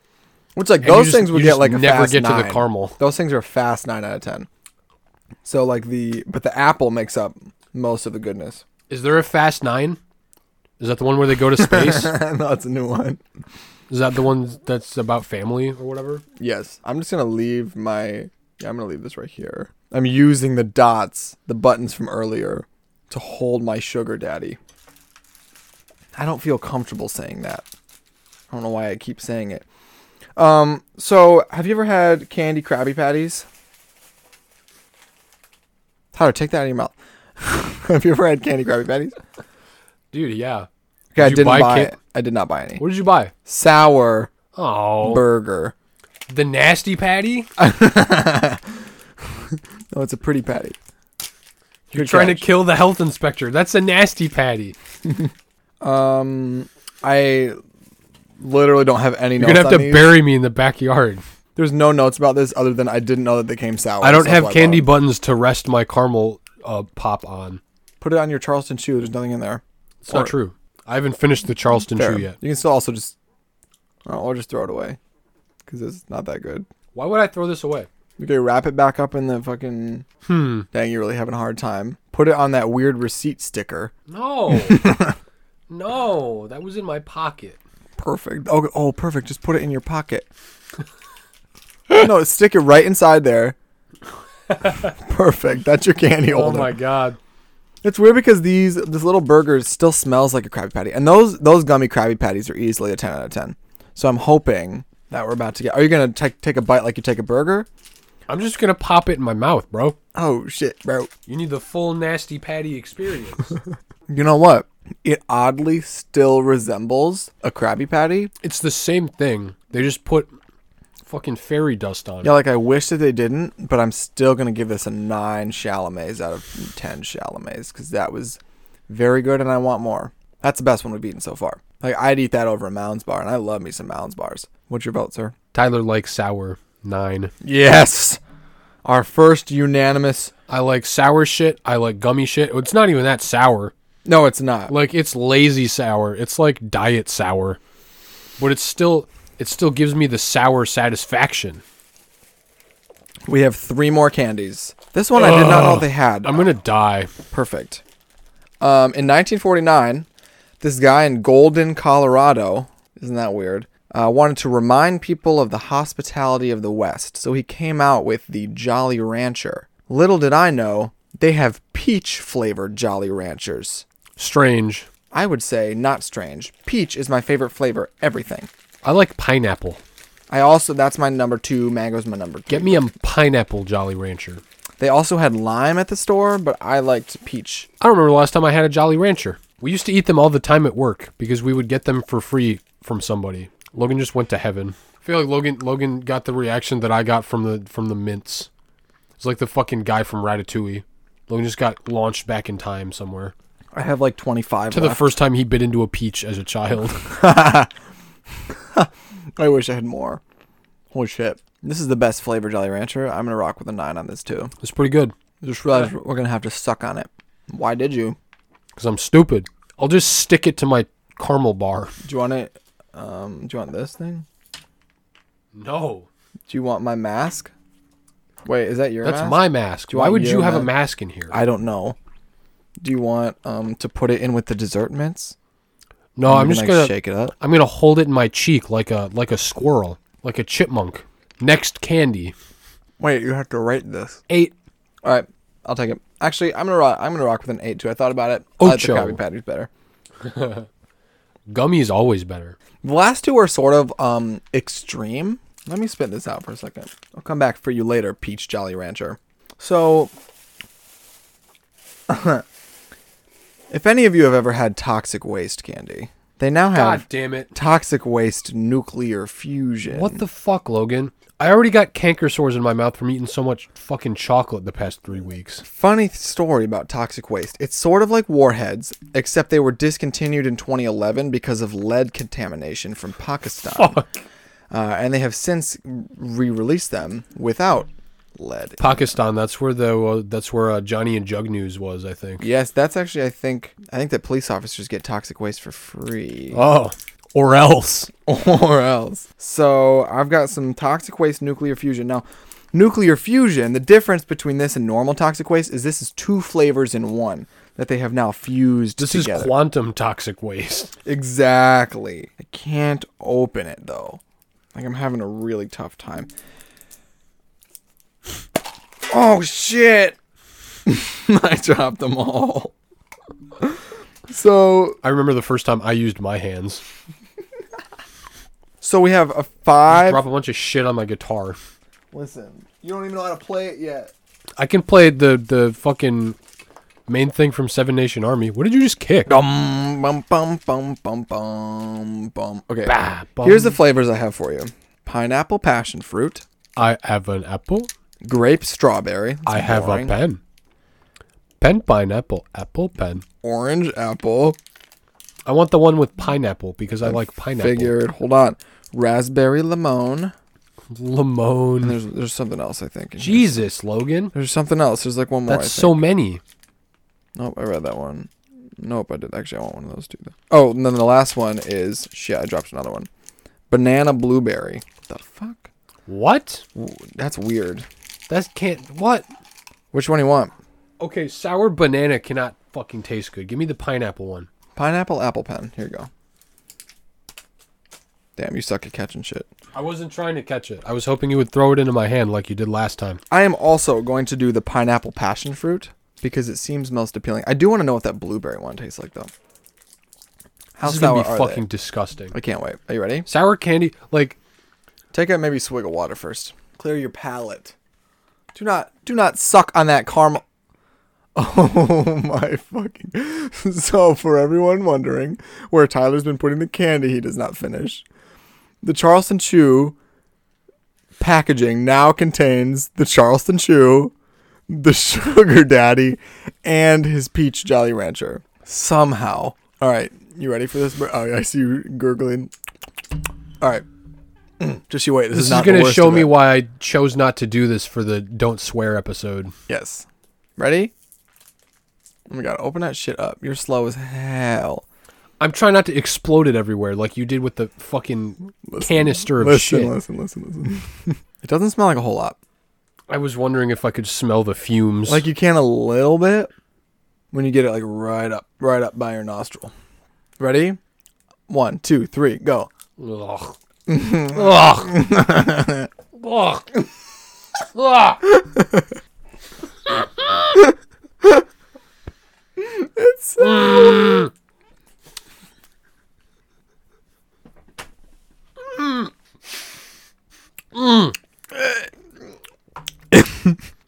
Speaker 1: Which like
Speaker 2: and you
Speaker 1: those
Speaker 2: just-
Speaker 1: things would
Speaker 2: you
Speaker 1: get
Speaker 2: just
Speaker 1: like a
Speaker 2: never
Speaker 1: fast
Speaker 2: get to the
Speaker 1: nine.
Speaker 2: caramel.
Speaker 1: Those things are a fast nine out of ten. So like the but the apple makes up most of the goodness.
Speaker 2: Is there a Fast Nine? Is that the one where they go to space?
Speaker 1: no, it's a new one.
Speaker 2: Is that the one that's about family or whatever?
Speaker 1: Yes. I'm just gonna leave my. Yeah, I'm gonna leave this right here. I'm using the dots, the buttons from earlier, to hold my sugar daddy. I don't feel comfortable saying that. I don't know why I keep saying it. Um. So, have you ever had candy Krabby Patties? Tyler, take that out of your mouth. have you ever had candy Krabby Patties?
Speaker 2: Dude, yeah.
Speaker 1: Okay, I
Speaker 2: you
Speaker 1: didn't buy.
Speaker 2: buy can-
Speaker 1: I did not buy any.
Speaker 2: What did you buy?
Speaker 1: Sour
Speaker 2: Oh,
Speaker 1: burger.
Speaker 2: the nasty patty.
Speaker 1: No, Oh, it's a pretty patty.
Speaker 2: You're
Speaker 1: Good
Speaker 2: trying
Speaker 1: catch.
Speaker 2: to kill the health inspector. That's a nasty patty.
Speaker 1: Um, I literally don't have any
Speaker 2: You're
Speaker 1: notes.
Speaker 2: gonna
Speaker 1: on
Speaker 2: have to
Speaker 1: these.
Speaker 2: bury me in the backyard.
Speaker 1: There's no notes about this other than I didn't know that they came sour.
Speaker 2: I don't
Speaker 1: so
Speaker 2: have
Speaker 1: Oh, that's why I
Speaker 2: candy
Speaker 1: bought
Speaker 2: buttons to rest my caramel uh, pop on.
Speaker 1: them. Put it on your Charleston shoe. There's nothing in there.
Speaker 2: It's not
Speaker 1: Or-
Speaker 2: true. I haven't finished the Charleston
Speaker 1: Fair.
Speaker 2: shoe yet.
Speaker 1: You can still also just, oh, or just throw it away, because it's not that good.
Speaker 2: Why would I throw this away?
Speaker 1: Okay, wrap it back up in the fucking.
Speaker 2: Hmm.
Speaker 1: Dang, you're really having a hard time. Put it on that weird receipt sticker.
Speaker 2: No. no, that was in my pocket.
Speaker 1: Perfect. Oh, oh, perfect. Just put it in your pocket. no, stick it right inside there. perfect. That's your candy
Speaker 2: Oh
Speaker 1: holder.
Speaker 2: my god.
Speaker 1: It's weird because these this little burger still smells like a Krabby Patty, and those those gummy Krabby Patties are easily a ten out of ten. So I'm hoping that we're about to get. Are you gonna take take a bite like you take a burger?
Speaker 2: I'm just gonna pop it in my mouth, bro.
Speaker 1: Oh shit, bro!
Speaker 2: You need the full nasty patty experience.
Speaker 1: You know what? It oddly still resembles a Krabby Patty.
Speaker 2: it's the same thing. They just put fucking fairy dust on
Speaker 1: Yeah,
Speaker 2: it.
Speaker 1: like I wish that they didn't, but I'm still gonna give this a nine Chalamets out of ten Chalamets because that was very good, and I want more. That's the best one we've eaten so far. Like I'd eat that over a Mounds bar, and I love me some Mounds bars. What's your vote, sir?
Speaker 2: Tyler likes sour. Nine.
Speaker 1: Yes. Our first unanimous.
Speaker 2: I like sour shit. I like gummy shit. It's not even that sour.
Speaker 1: No, it's not.
Speaker 2: Like it's lazy sour. It's like diet sour. But it's still it still gives me the sour satisfaction.
Speaker 1: We have three more candies. This one I did not know they had.
Speaker 2: I'm gonna die.
Speaker 1: Perfect. Um, in 1949, this guy in Golden, Colorado, isn't that weird, uh, wanted to remind people of the hospitality of the West. So he came out with the Jolly Rancher. Little did I know, they have peach flavored Jolly Ranchers.
Speaker 2: Strange.
Speaker 1: I would say not strange. Peach is my favorite flavor, everything.
Speaker 2: I like pineapple.
Speaker 1: I also that's my number two. Mango's my number. Two.
Speaker 2: Get me a pineapple Jolly Rancher.
Speaker 1: They also had lime at the store, but I liked peach.
Speaker 2: I don't remember the last time I had a Jolly Rancher. We used to eat them all the time at work because we would get them for free from somebody. Logan just went to heaven. I feel like Logan Logan got the reaction that I got from the from the mints. It's like the fucking guy from Ratatouille. Logan just got launched back in time somewhere.
Speaker 1: I have like twenty five.
Speaker 2: To the first time he bit into a peach as a child.
Speaker 1: I wish I had more. Holy shit! This is the best flavor Jolly Rancher. I'm gonna rock with a nine on this too.
Speaker 2: It's pretty good
Speaker 1: Just realized we're gonna have to suck on it. Why did you?
Speaker 2: because I'm stupid. I'll just stick it to my caramel bar.
Speaker 1: Do you want it? Um, do you want this thing?
Speaker 2: No,
Speaker 1: Do you want my mask? Wait, is that your?
Speaker 2: that's
Speaker 1: mask?
Speaker 2: my mask.
Speaker 1: you
Speaker 2: Why
Speaker 1: want
Speaker 2: would
Speaker 1: your
Speaker 2: you have a
Speaker 1: mask?
Speaker 2: mask in here?
Speaker 1: I don't know. Do you want um to put it in with the dessert mints?
Speaker 2: no, I'm
Speaker 1: You
Speaker 2: just
Speaker 1: can, like,
Speaker 2: gonna
Speaker 1: shake it up.
Speaker 2: I'm gonna hold it in my cheek like a like a squirrel, like a chipmunk. Next candy.
Speaker 1: Wait, you have to rate this.
Speaker 2: Eight.
Speaker 1: All right, I'll take it. Actually, I'm gonna rock. I'm gonna rock with an eight too. I thought about it. I like the
Speaker 2: Ocho.
Speaker 1: Krabby Patty's better.
Speaker 2: Gummy is always better.
Speaker 1: The last two are sort of um extreme. Let me spit this out for a second. I'll come back for you later, Peach Jolly Rancher. So, if any of you have ever had toxic waste candy, they now have
Speaker 2: God damn it.
Speaker 1: toxic waste nuclear fusion.
Speaker 2: What the fuck, Logan? I already got canker sores in my mouth from eating so much fucking chocolate the past three weeks.
Speaker 1: funny story about toxic waste. It's sort of like warheads, except they were discontinued in 2011 because of lead contamination from Pakistan. Uh, and they have since re-released them without lead.
Speaker 2: Pakistan. That's where the uh, that's where uh, Johnny and Jug News was. I think.
Speaker 1: Yes, that's actually I think I think that police officers get toxic waste for free
Speaker 2: Oh, or else.
Speaker 1: or else. So, I've got some toxic waste nuclear fusion. Now, nuclear fusion, the difference between this and normal toxic waste is this is two flavors in one. that they have now fused
Speaker 2: This
Speaker 1: together.
Speaker 2: is quantum toxic waste.
Speaker 1: Exactly. I can't open it though. Like I'm having a really tough time. Oh shit. I dropped them all. so,
Speaker 2: I remember the first time I used my hands.
Speaker 1: so we have a 5.
Speaker 2: Drop a bunch of shit on my guitar.
Speaker 1: Listen, you don't even know how to play it yet.
Speaker 2: I can play the the fucking main thing from Seven Nation Army. What did you just kick?
Speaker 1: Bum bum bum bum bum bum bum. Okay.
Speaker 2: Bah, bum.
Speaker 1: Here's the flavors I have for you. Pineapple passion fruit,
Speaker 2: I have an apple.
Speaker 1: grape strawberry. That's
Speaker 2: I have a
Speaker 1: boring.
Speaker 2: pen. Pen pineapple apple pen.
Speaker 1: orange apple.
Speaker 2: I want the one with pineapple because I like pineapple.
Speaker 1: Figured. Hold on. Raspberry limon. And
Speaker 2: Limone.
Speaker 1: there's there's something else I think. in here.
Speaker 2: Jesus, Logan.
Speaker 1: There's something else. There's like one more.
Speaker 2: That's
Speaker 1: I think.
Speaker 2: so many.
Speaker 1: Nope, I read that one. Nope, I did actually. I want one of those too. though. Oh, and then the last one is shit. I dropped another one. Banana blueberry. The fuck?
Speaker 2: What?
Speaker 1: W- That's weird.
Speaker 2: That can't. What?
Speaker 1: Which one do you want?
Speaker 2: Okay, sour banana cannot fucking taste good. Give me the pineapple one.
Speaker 1: Pineapple apple pen. Here you go. Damn, you suck at catching shit.
Speaker 2: I wasn't trying to catch it. I was hoping you would throw it into my hand like you did last time.
Speaker 1: I am also going to do the pineapple passion fruit because it seems most appealing. I do want to know what that blueberry one tastes like though. How
Speaker 2: This is gonna
Speaker 1: sour
Speaker 2: be
Speaker 1: are
Speaker 2: fucking
Speaker 1: they?
Speaker 2: disgusting.
Speaker 1: I can't wait. Are you ready?
Speaker 2: Sour candy, like
Speaker 1: Take a maybe swig of water first. Clear your palate. Do not do not suck on that caramel. Oh my fucking! So for everyone wondering where Tyler's been putting the candy he does not finish, the Charleston Chew packaging now contains the Charleston Chew, the Sugar Daddy, and his Peach Jolly Rancher. Somehow. All right, you ready for this? bro? Oh, I see you gurgling. All right, Mm, just you wait. This,
Speaker 2: this
Speaker 1: is
Speaker 2: is
Speaker 1: not
Speaker 2: gonna
Speaker 1: the worst
Speaker 2: show
Speaker 1: of
Speaker 2: me
Speaker 1: it.
Speaker 2: why I chose not to do this for the don't swear episode.
Speaker 1: Yes. Ready? Oh my god, open that shit up. You're slow as hell.
Speaker 2: I'm trying not to explode it everywhere like you did with the fucking canister of
Speaker 1: Listen,
Speaker 2: shit.
Speaker 1: listen, listen, listen. it doesn't smell like a whole lot.
Speaker 2: I was wondering if I could smell the fumes.
Speaker 1: Like you can a little bit when you get it like right up, right up by your nostril. Ready? One, two, three, go.
Speaker 2: Ugh. Ugh. Ugh. Ugh.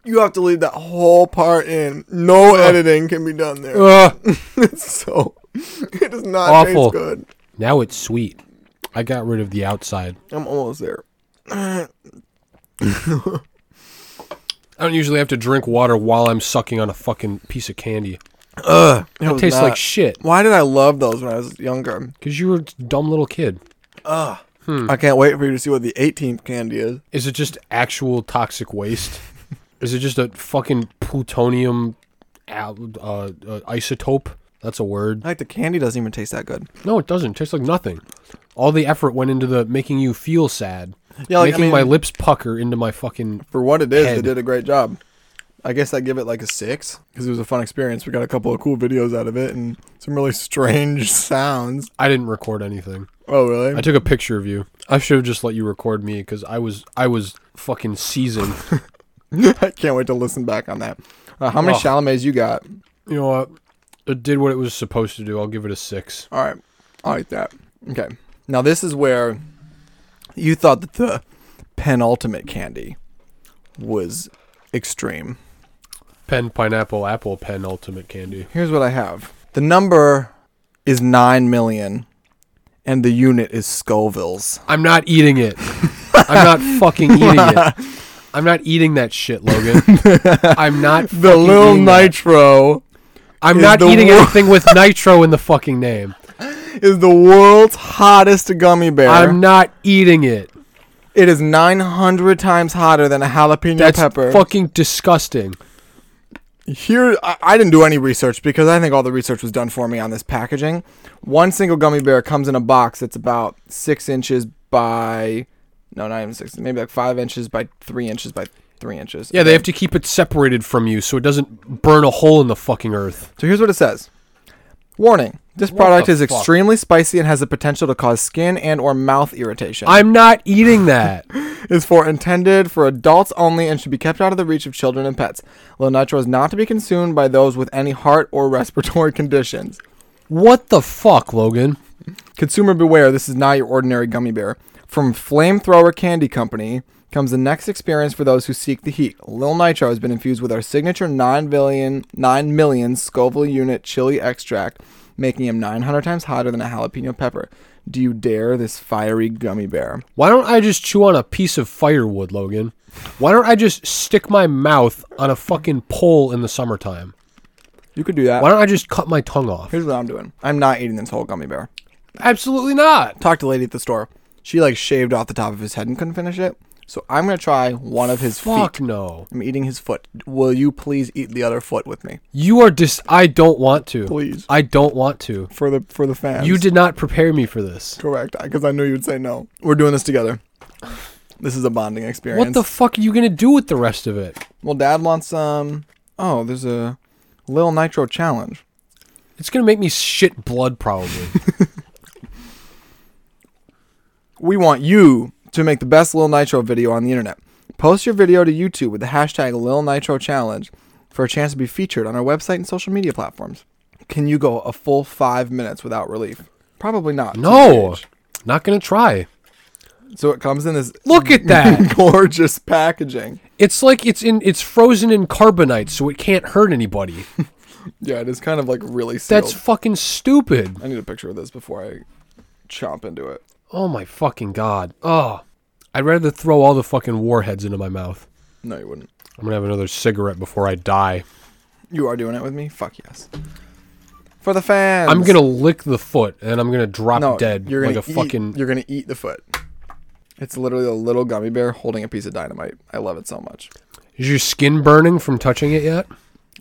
Speaker 1: You have to leave that whole part in. No editing can be done there.
Speaker 2: Ugh.
Speaker 1: It's so it does not taste
Speaker 2: Awful.
Speaker 1: good.
Speaker 2: Now it's sweet. I got rid of the outside.
Speaker 1: I'm almost there.
Speaker 2: I don't usually have to drink water while I'm sucking on a fucking piece of candy.
Speaker 1: It was
Speaker 2: Tastes
Speaker 1: not-
Speaker 2: like shit.
Speaker 1: Why did I love those when I was younger?
Speaker 2: Because you were a dumb little kid.
Speaker 1: I can't wait for you to see what the 18th candy is.
Speaker 2: Is it just actual toxic waste? Is it just a fucking plutonium al- uh, uh, isotope? That's a word.
Speaker 1: Like the candy doesn't even taste that good.
Speaker 2: No, it doesn't. It tastes like nothing. All the effort went into the making you feel sad.
Speaker 1: Yeah, like, I
Speaker 2: making
Speaker 1: mean-
Speaker 2: my lips pucker into my fucking.
Speaker 1: For what it is, they
Speaker 2: Head.
Speaker 1: did a great job. I guess I give it like a six because it was a fun experience. We got a couple of cool videos out of it and some really strange sounds.
Speaker 2: I didn't record anything.
Speaker 1: Oh, really?
Speaker 2: I took a picture of you. I should have just let you record me because I was I was fucking seasoned.
Speaker 1: I can't wait to listen back on that. Uh, how many
Speaker 2: Ugh.
Speaker 1: Chalamets you got?
Speaker 2: you know what? It did what it was supposed to do. I'll give it a six.
Speaker 1: All right, I like that. Okay, now this is where you thought that the penultimate candy was extreme.
Speaker 2: Pen, pineapple, apple, pen, ultimate candy.
Speaker 1: Here's what I have. The number is nine million, and the unit is Scovilles.
Speaker 2: I'm not eating it. I'm not fucking eating it. I'm not eating that shit, Logan. I'm not.
Speaker 1: the
Speaker 2: fucking
Speaker 1: little
Speaker 2: eating that.
Speaker 1: nitro
Speaker 2: I'm
Speaker 1: is
Speaker 2: not
Speaker 1: the
Speaker 2: eating
Speaker 1: wor-
Speaker 2: anything with nitro in the fucking name.
Speaker 1: is the world's hottest gummy bear.
Speaker 2: I'm not eating it.
Speaker 1: It is 900 times hotter than a jalapeno
Speaker 2: That's
Speaker 1: pepper.
Speaker 2: fucking disgusting.
Speaker 1: Here, I, I didn't do any research because I think all the research was done for me on this packaging. One single gummy bear comes in a box that's about six inches by No, not even six. Maybe like five inches by three inches by three inches.
Speaker 2: Yeah, they have to keep it separated from you so it doesn't burn a hole in the fucking earth.
Speaker 1: So here's what it says. Warning: This
Speaker 2: What
Speaker 1: product
Speaker 2: the
Speaker 1: is
Speaker 2: fuck?
Speaker 1: extremely spicy and has the potential to cause skin and or mouth irritation.
Speaker 2: I'm not eating that.
Speaker 1: is for intended for adults only and should be kept out of the reach of children and pets. Low nitro is not to be consumed by those with any heart or respiratory conditions.
Speaker 2: what the fuck, Logan?
Speaker 1: Consumer beware, this is not your ordinary gummy bear. From Flamethrower Candy Company comes the next experience for those who seek the heat. Lil Nitro has been infused with our signature 9 billion 9 million Scoville unit chili extract, making him 900 times hotter than a jalapeno pepper. Do you dare this fiery gummy bear?
Speaker 2: Why don't I just chew on a piece of firewood, Logan? Why don't I just stick my mouth on a fucking pole in the summertime?
Speaker 1: You could do that.
Speaker 2: Why don't I just cut my tongue off?
Speaker 1: Here's what I'm doing. I'm not eating this whole gummy bear.
Speaker 2: Absolutely not.
Speaker 1: talked to a lady at the store. She like shaved off the top of his head and couldn't finish it. So I'm gonna try one of his
Speaker 2: Fuck
Speaker 1: feet.
Speaker 2: no.
Speaker 1: I'm eating his foot. Will you please eat the other foot with me,
Speaker 2: You are dis I don't want to.
Speaker 1: please?
Speaker 2: I don't want to.
Speaker 1: For the for the fans.
Speaker 2: You did not prepare me for this.
Speaker 1: correct because I knew you'd say no. We're doing this together. This is a bonding experience.
Speaker 2: What the fuck are you gonna do with the rest of it?
Speaker 1: well, Dad wants um. Oh, there's a Lil Nitro challenge.
Speaker 2: It's gonna make me shit blood probably.
Speaker 1: We want you to make the best Lil Nitro video on the internet. Post your video to YouTube with the hashtag Lil Nitro Challenge for a chance to be featured on our website and social media platforms. Can you go a full five minutes without relief? Probably not.
Speaker 2: No.
Speaker 1: TBH.
Speaker 2: Not gonna try.
Speaker 1: So it comes in this
Speaker 2: Look at that.
Speaker 1: gorgeous packaging.
Speaker 2: It's like it's in it's frozen in carbonite so it can't hurt anybody.
Speaker 1: Yeah, it is kind of like really sealed.
Speaker 2: That's fucking stupid.
Speaker 1: I need a picture of this before I chomp into it.
Speaker 2: Oh my fucking god. Oh. I'd rather throw all the fucking warheads into my mouth.
Speaker 1: No, you wouldn't.
Speaker 2: I'm gonna have another cigarette before I die.
Speaker 1: You are doing it with me? Fuck yes. For the fans.
Speaker 2: I'm gonna lick the foot and I'm gonna drop
Speaker 1: no,
Speaker 2: dead
Speaker 1: You're
Speaker 2: like
Speaker 1: gonna
Speaker 2: a
Speaker 1: eat,
Speaker 2: fucking
Speaker 1: You're gonna eat the foot. It's literally a little gummy bear holding a piece of dynamite. I love it so much.
Speaker 2: Is your skin burning from touching it yet?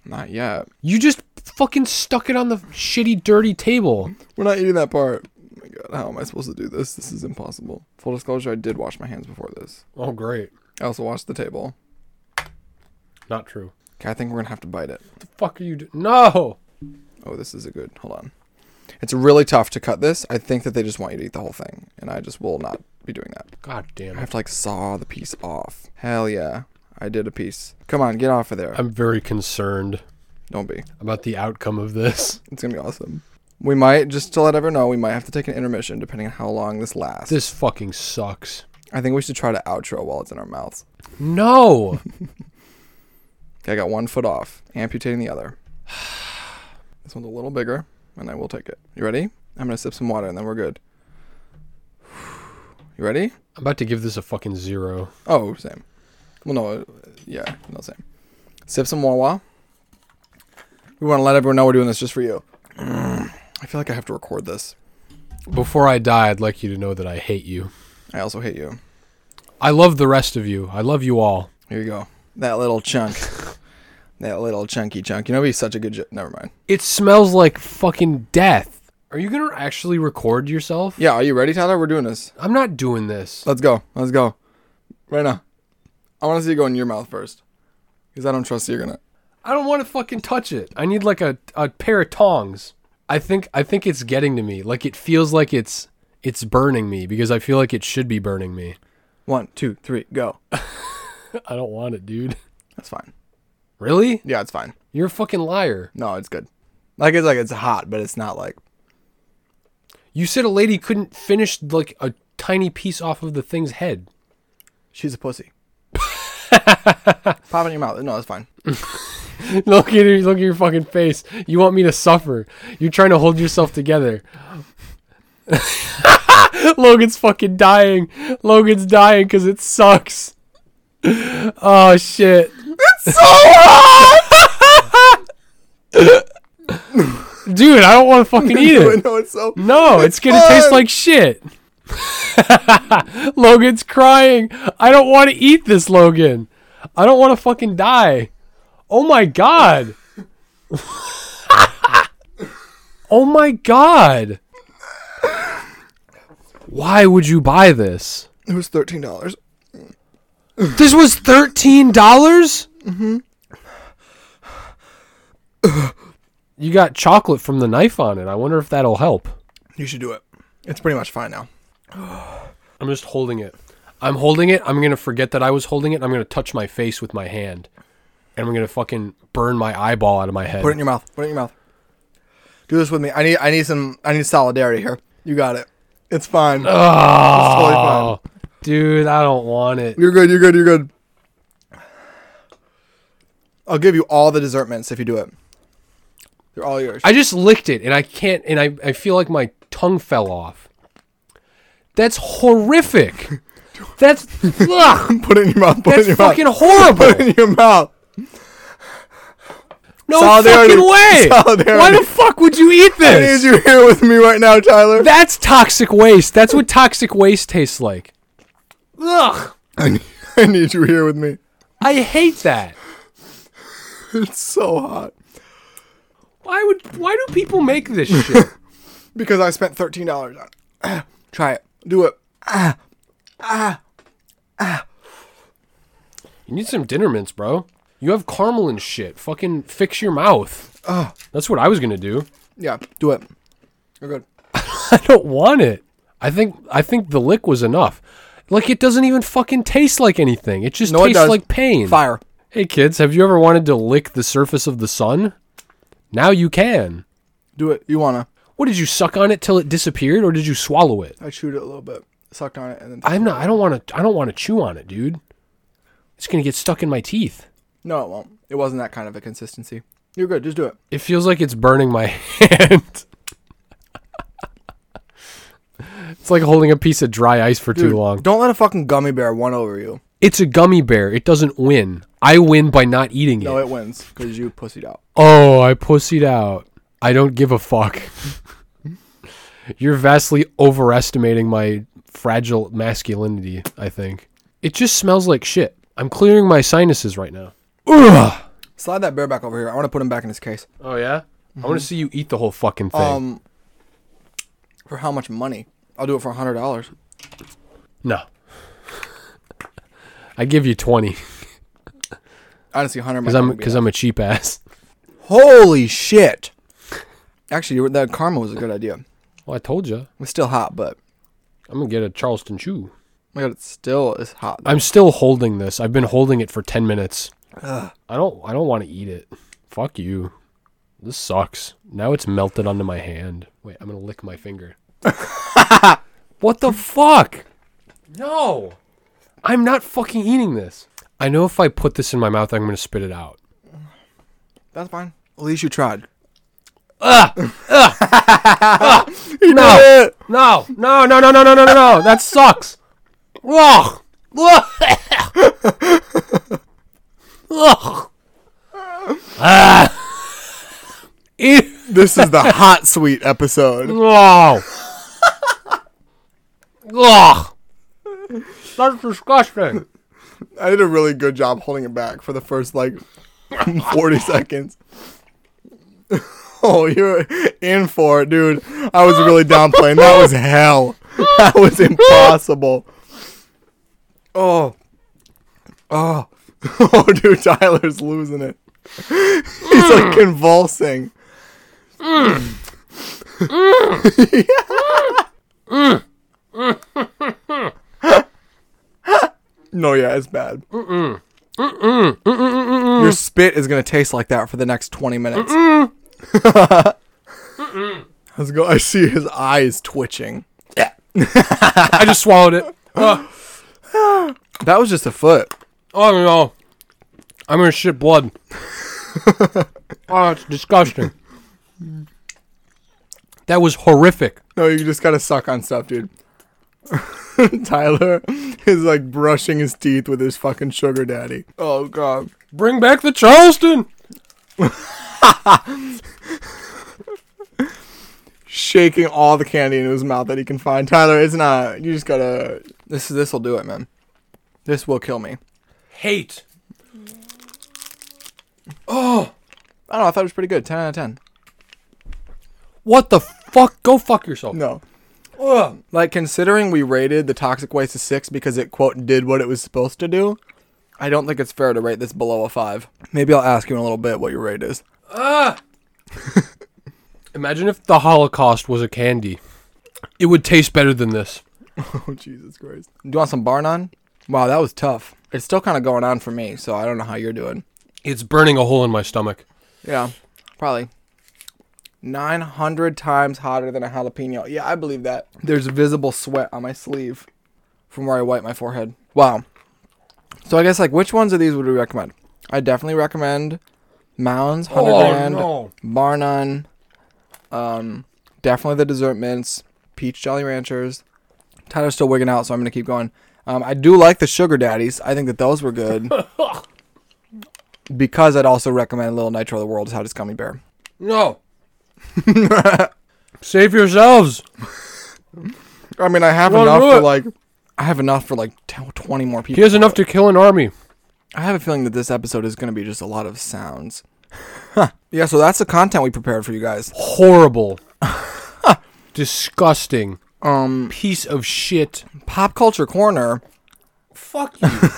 Speaker 1: Not yet.
Speaker 2: You just fucking stuck it on the shitty dirty table.
Speaker 1: We're not eating that part. Oh my god, how am I supposed to do this? This is impossible. Full disclosure, I did wash my hands before this.
Speaker 2: Oh great.
Speaker 1: I also washed the table.
Speaker 2: Not true.
Speaker 1: Okay, I think we're gonna have to bite it.
Speaker 2: The fuck are you do- No.
Speaker 1: Oh, this is a good. Hold on. It's really tough to cut this. I think that they just want you to eat the whole thing, and I just will not be doing that.
Speaker 2: God damn
Speaker 1: I
Speaker 2: it.
Speaker 1: have to like saw the piece off. Hell yeah, I did a piece. Come on, get off of there.
Speaker 2: I'm very concerned
Speaker 1: Don't be.
Speaker 2: about the outcome of this.
Speaker 1: It's gonna be awesome. We might just to let everyone know we might have to take an intermission depending on how long this lasts.
Speaker 2: This fucking sucks.
Speaker 1: I think we should try to outro while it's in our mouths.
Speaker 2: No.
Speaker 1: Okay, I got one foot off, amputating the other. this one's a little bigger, and I will take it. You ready? I'm gonna sip some water and then we're good. You ready?
Speaker 2: I'm about to give this a fucking zero.
Speaker 1: Oh, same. Well, no, uh, yeah, no, same. Sip some Wawa. We want to let everyone know we're doing this just for you. I feel like I have to record this.
Speaker 2: Before I die, I'd like you to know that I hate you.
Speaker 1: I also hate you.
Speaker 2: I love the rest of you. I love you all.
Speaker 1: Here you go. That little chunk. that little chunky chunk. You know, it'd be such a good. Jo- Never mind.
Speaker 2: It smells like fucking death. Are you gonna actually record yourself?
Speaker 1: Yeah, are you ready, Tyler? We're doing this.
Speaker 2: I'm not doing this.
Speaker 1: Let's go. Let's go. Right now. I want to see you go in your mouth first. Because I don't trust you're going to.
Speaker 2: I don't want to fucking touch it. I need like a, a pair of tongs. I think I think it's getting to me. Like it feels like it's it's burning me because I feel like it should be burning me.
Speaker 1: One, two, three, go.
Speaker 2: I don't want it, dude.
Speaker 1: That's fine.
Speaker 2: Really?
Speaker 1: Yeah, it's fine.
Speaker 2: You're a fucking liar.
Speaker 1: No, it's good. Like, it's like it's hot, but it's not like.
Speaker 2: You said a lady couldn't finish like a tiny piece off of the thing's head.
Speaker 1: She's a pussy. Pop it in your mouth. No, it's fine.
Speaker 2: look at your, look at your fucking face. You want me to suffer? You're trying to hold yourself together. Logan's fucking dying. Logan's dying because it sucks. Oh shit. It's so hot. Dude, I don't want to fucking eat it.
Speaker 1: no, it's so.
Speaker 2: No, it's, gonna
Speaker 1: fine.
Speaker 2: taste like shit. Logan's crying. I don't want to eat this, Logan. I don't want to fucking die. Oh my god. oh my god. Why would you buy this?
Speaker 1: It was thirteen dollars.
Speaker 2: This was thirteen dollars. Mm-hmm. You got chocolate from the knife on it. I wonder if that'll help.
Speaker 1: You should do it. It's pretty much fine now.
Speaker 2: I'm just holding it. I'm holding it. I'm gonna forget that I was holding it. and I'm gonna touch my face with my hand, and I'm gonna fucking burn my eyeball out of my head.
Speaker 1: Put it in your mouth. Put it in your mouth. Do this with me. I need I need some I need solidarity here. You got it. It's fine. totally
Speaker 2: oh,
Speaker 1: fine.
Speaker 2: dude, I don't want it.
Speaker 1: You're good, you're good, you're good. I'll give you all the dessert mints if you do it. They're all yours.
Speaker 2: I just licked it, and I can't. And I I feel like my tongue fell off. That's horrific. That's ugh,
Speaker 1: put it in your mouth. Put
Speaker 2: that's
Speaker 1: it in your
Speaker 2: fucking
Speaker 1: mouth. Put it
Speaker 2: horrible.
Speaker 1: in your mouth.
Speaker 2: No
Speaker 1: Solidarity.
Speaker 2: fucking way.
Speaker 1: Solidarity.
Speaker 2: Why the fuck would you eat
Speaker 1: I
Speaker 2: this?
Speaker 1: need you here with me right now, Tyler.
Speaker 2: That's toxic waste. That's what toxic waste tastes like. Ugh.
Speaker 1: I need, I need you here with me.
Speaker 2: I hate that.
Speaker 1: It's so hot.
Speaker 2: Why would why do people make this shit?
Speaker 1: Because I spent thirteen dollars on it. Try it. Do it.
Speaker 2: you need some dinner mints, bro. You have caramel and shit. Fucking fix your mouth. That's what I was gonna do.
Speaker 1: Yeah, do it. You're good.
Speaker 2: I don't want it. I think I think the lick was enough. Like it doesn't even fucking taste like anything. It just
Speaker 1: No, it
Speaker 2: tastes
Speaker 1: does.
Speaker 2: like pain.
Speaker 1: Fire.
Speaker 2: Hey kids, have you ever wanted to lick the surface of the sun? Now you can.
Speaker 1: Do it. You wanna.
Speaker 2: What did you suck on it till it disappeared or did you swallow it?
Speaker 1: I chewed it a little bit. Sucked on it and then
Speaker 2: I'm not. I don't want to. I don't want to chew on it, dude. It's gonna get stuck in my teeth.
Speaker 1: No, it won't. It wasn't that kind of a consistency. You're good. Just do it.
Speaker 2: It feels like it's burning my hand. it's like holding a piece of dry ice for
Speaker 1: Dude,
Speaker 2: too long.
Speaker 1: Don't let a fucking gummy bear one over you.
Speaker 2: It's a gummy bear. It doesn't win. I win by not eating
Speaker 1: No,
Speaker 2: it.
Speaker 1: it wins because you pussied out.
Speaker 2: Oh, I pussied out. I don't give a fuck. You're vastly overestimating my fragile masculinity. I think it just smells like shit. I'm clearing my sinuses right now. Ugh.
Speaker 1: Slide that bear back over here. I want to put him back in his case.
Speaker 2: Oh yeah. I want to see you eat the whole fucking thing.
Speaker 1: Um, for how much money? I'll do it for a hundred dollars.
Speaker 2: no. I give you twenty
Speaker 1: Honestly, hundred.
Speaker 2: because I'm because I'm a cheap ass.
Speaker 1: Holy shit! Actually, you- that karma was a good idea.
Speaker 2: Well, I told you
Speaker 1: It's still hot, but
Speaker 2: I'm gonna get a Charleston chew.
Speaker 1: my god, it still is hot.
Speaker 2: I'm still holding this. I've been holding it for ten minutes. I don't I don't want to eat it. Fuck you. This sucks. Now it's melted onto my hand. Wait, I'm gonna lick my finger. what the fuck? No. I'm not fucking eating this. I know if I put this in my mouth, I'm gonna spit it out.
Speaker 1: That's fine. At least you tried.
Speaker 2: Ah! No, no, no, no, no, no, no, no, no, no. That sucks. Ugh. Ugh. Ugh. Ah. Ew.
Speaker 1: This is the hot sweet episode.
Speaker 2: Ugh. Ugh. That's disgusting.
Speaker 1: I did a really good job holding it back for the first like forty seconds. Oh, you're in for it, dude. I was really downplaying. That was hell. That was impossible. Oh. Oh. Oh, dude, Tyler's losing it. He's like convulsing. No, yeah, it's bad. Your spit is gonna taste like that for the next twenty minutes. Let's go. I see his eyes twitching.
Speaker 2: I just swallowed it. Ugh.
Speaker 1: That was just a foot.
Speaker 2: Oh no. I'm gonna shit blood. oh, it's disgusting. That was horrific.
Speaker 1: No, you just gotta suck on stuff, dude. Tyler is like brushing his teeth with his fucking sugar daddy. Oh god.
Speaker 2: Bring back the Charleston.
Speaker 1: Shaking all the candy in his mouth that he can find. Tyler, it's not you just gotta this this'll do it, man. This will kill me.
Speaker 2: Hate.
Speaker 1: I don't know, I thought it was pretty good. Ten out of ten.
Speaker 2: What the fuck? Go fuck yourself.
Speaker 1: No. Ugh. Like considering we rated the toxic waste a six because it quote did what it was supposed to do, I don't think it's fair to rate this below a five. Maybe I'll ask you in a little bit what your rate is.
Speaker 2: Imagine if the Holocaust was a candy. It would taste better than this.
Speaker 1: Oh Jesus Christ! Do you want some barn on? Wow, that was tough. It's still kind of going on for me, so I don't know how you're doing.
Speaker 2: It's burning a hole in my stomach.
Speaker 1: Yeah, probably. 900 times hotter than a jalapeno. Yeah, I believe that. There's visible sweat on my sleeve from where I wipe my forehead. Wow. So I guess, like, which ones of these would we recommend? I definitely recommend Mounds, 100
Speaker 2: Oh,
Speaker 1: Grand, Bar None, um, definitely the Dessert Mints, Peach Jolly Ranchers. Tyler's still wigging out, so I'm going to keep going. Um, I do like the Sugar Daddies. I think that those were good. because I'd also recommend Little Nitro of the World is How Does Gummy Bear.
Speaker 2: No. Save yourselves.
Speaker 1: I mean, I have
Speaker 2: Well,
Speaker 1: enough
Speaker 2: do
Speaker 1: for
Speaker 2: it.
Speaker 1: like, I have enough for like t- twenty more people.
Speaker 2: He has enough to kill an army.
Speaker 1: I have a feeling that this episode is going to be just a lot of sounds. Huh. Yeah, so that's the content we prepared for you guys.
Speaker 2: Horrible. Disgusting.
Speaker 1: Um,
Speaker 2: Piece of shit.
Speaker 1: pop culture corner.
Speaker 2: Fuck you.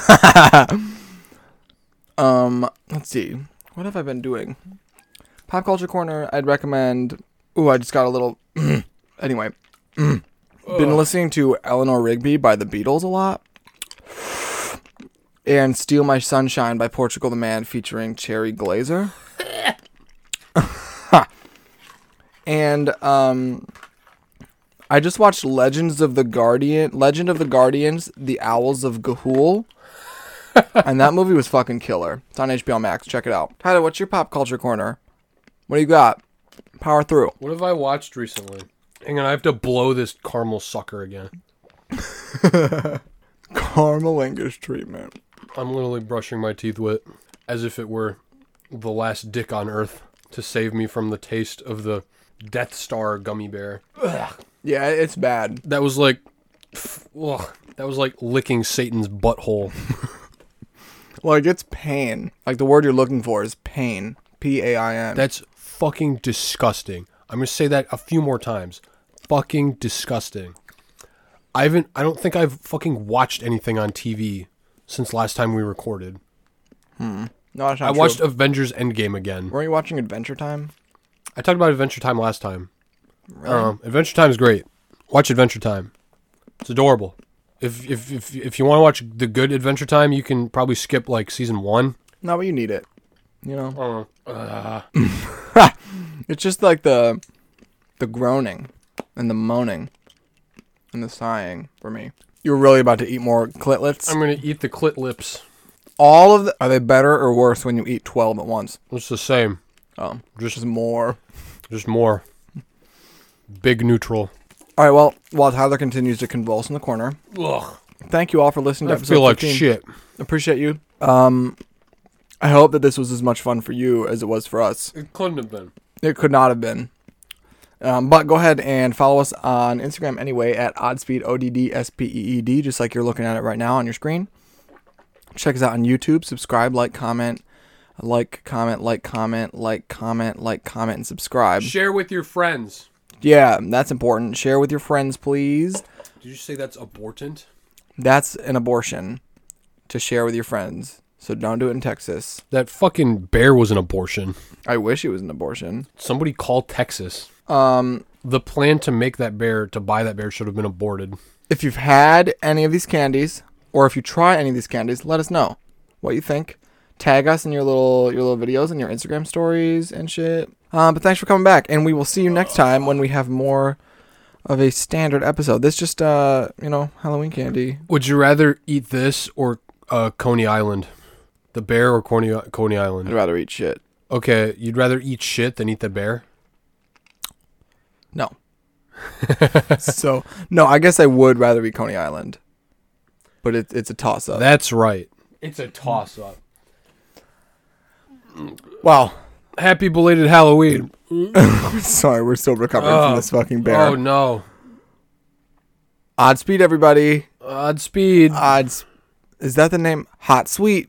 Speaker 1: Um, let's see, what have I been doing? Pop culture corner. I'd recommend. Ooh, I just got a little. anyway, been listening to Eleanor Rigby by the Beatles a lot. And Steal My Sunshine by Portugal the Man featuring Cherry Glazer. and um I just watched Legends of the Guardian Legend of the Guardians, The Owls of Gahul. and that movie was fucking killer. It's on HBO Max. Check it out. Tyler, what's your pop culture corner? What do you got? Power through.
Speaker 2: What have I watched recently? Hang on, I have to blow this caramel sucker again.
Speaker 1: Caramel English treatment.
Speaker 2: I'm literally brushing my teeth with it as if it were the last dick on earth to save me from the taste of the Death Star gummy bear.
Speaker 1: Yeah, it's bad.
Speaker 2: That was like, pff, ugh, that was like licking Satan's butthole.
Speaker 1: Like it's pain. Like the word you're looking for is pain. P A I N.
Speaker 2: That's fucking disgusting. I'm gonna say that a few more times. Fucking disgusting. I haven't. I don't think I've fucking watched anything on TV since last time we recorded.
Speaker 1: No, it's not
Speaker 2: I
Speaker 1: true.
Speaker 2: watched Avengers Endgame again.
Speaker 1: Weren't you watching Adventure Time?
Speaker 2: I talked about Adventure Time last time. Um, Adventure Time is great. Watch Adventure Time. It's adorable. If if if, if you want to watch the good Adventure Time, you can probably skip like season one.
Speaker 1: No, but you need it. You know,
Speaker 2: Uh, uh,
Speaker 1: it's just like the the groaning and the moaning and the sighing for me. You're really about to eat more clitlets.
Speaker 2: I'm gonna eat the clit lips.
Speaker 1: All of the are they better or worse when you eat twelve at once?
Speaker 2: It's the same,
Speaker 1: Oh,
Speaker 2: just
Speaker 1: just more.
Speaker 2: just more. Big neutral.
Speaker 1: All right. Well, while Tyler continues to convulse in the corner,
Speaker 2: Ugh.
Speaker 1: thank you all for listening.
Speaker 2: I
Speaker 1: to episode
Speaker 2: feel like
Speaker 1: 15.
Speaker 2: shit.
Speaker 1: Appreciate you. Um, I hope that this was as much fun for you as it was for us.
Speaker 2: It couldn't have been.
Speaker 1: It could not have been. Um, but go ahead and follow us on Instagram anyway at Oddspeed O D D S P E E D, just like you're looking at it right now on your screen. Check us out on YouTube. Subscribe, like, comment, like, comment, like, comment, like, comment, like, comment, and subscribe.
Speaker 2: Share with your friends.
Speaker 1: Yeah, that's important. Share with your friends, please.
Speaker 2: Did you say that's abortant?
Speaker 1: That's an abortion to share with your friends. So don't do it in Texas.
Speaker 2: That fucking bear was an abortion.
Speaker 1: I wish it was an abortion.
Speaker 2: Somebody call Texas.
Speaker 1: Um,
Speaker 2: The plan to make that bear to buy that bear should have been aborted.
Speaker 1: if you've had any of these candies or if you try any of these candies let us know what you think tag us in your little your little videos and your instagram stories and shit um, but thanks for coming back and we will see you next time when we have more of a standard episode this just uh you know halloween candy
Speaker 2: Would you rather eat this or uh, Coney Island? The bear or Coney, Coney
Speaker 1: i'd
Speaker 2: Island?
Speaker 1: rather eat shit
Speaker 2: Okay, you'd rather eat shit than eat the bear?
Speaker 1: no so no i guess i would rather eat coney island but it, it's a toss up
Speaker 2: That's right. It's a toss up.
Speaker 1: wow
Speaker 2: Happy belated Halloween.
Speaker 1: sorry we're still recovering from
Speaker 2: Oh.
Speaker 1: this fucking bear
Speaker 2: Oh no.
Speaker 1: odd speed everybody
Speaker 2: Odd speed.
Speaker 1: odds. Is that the name? Hot Sweet.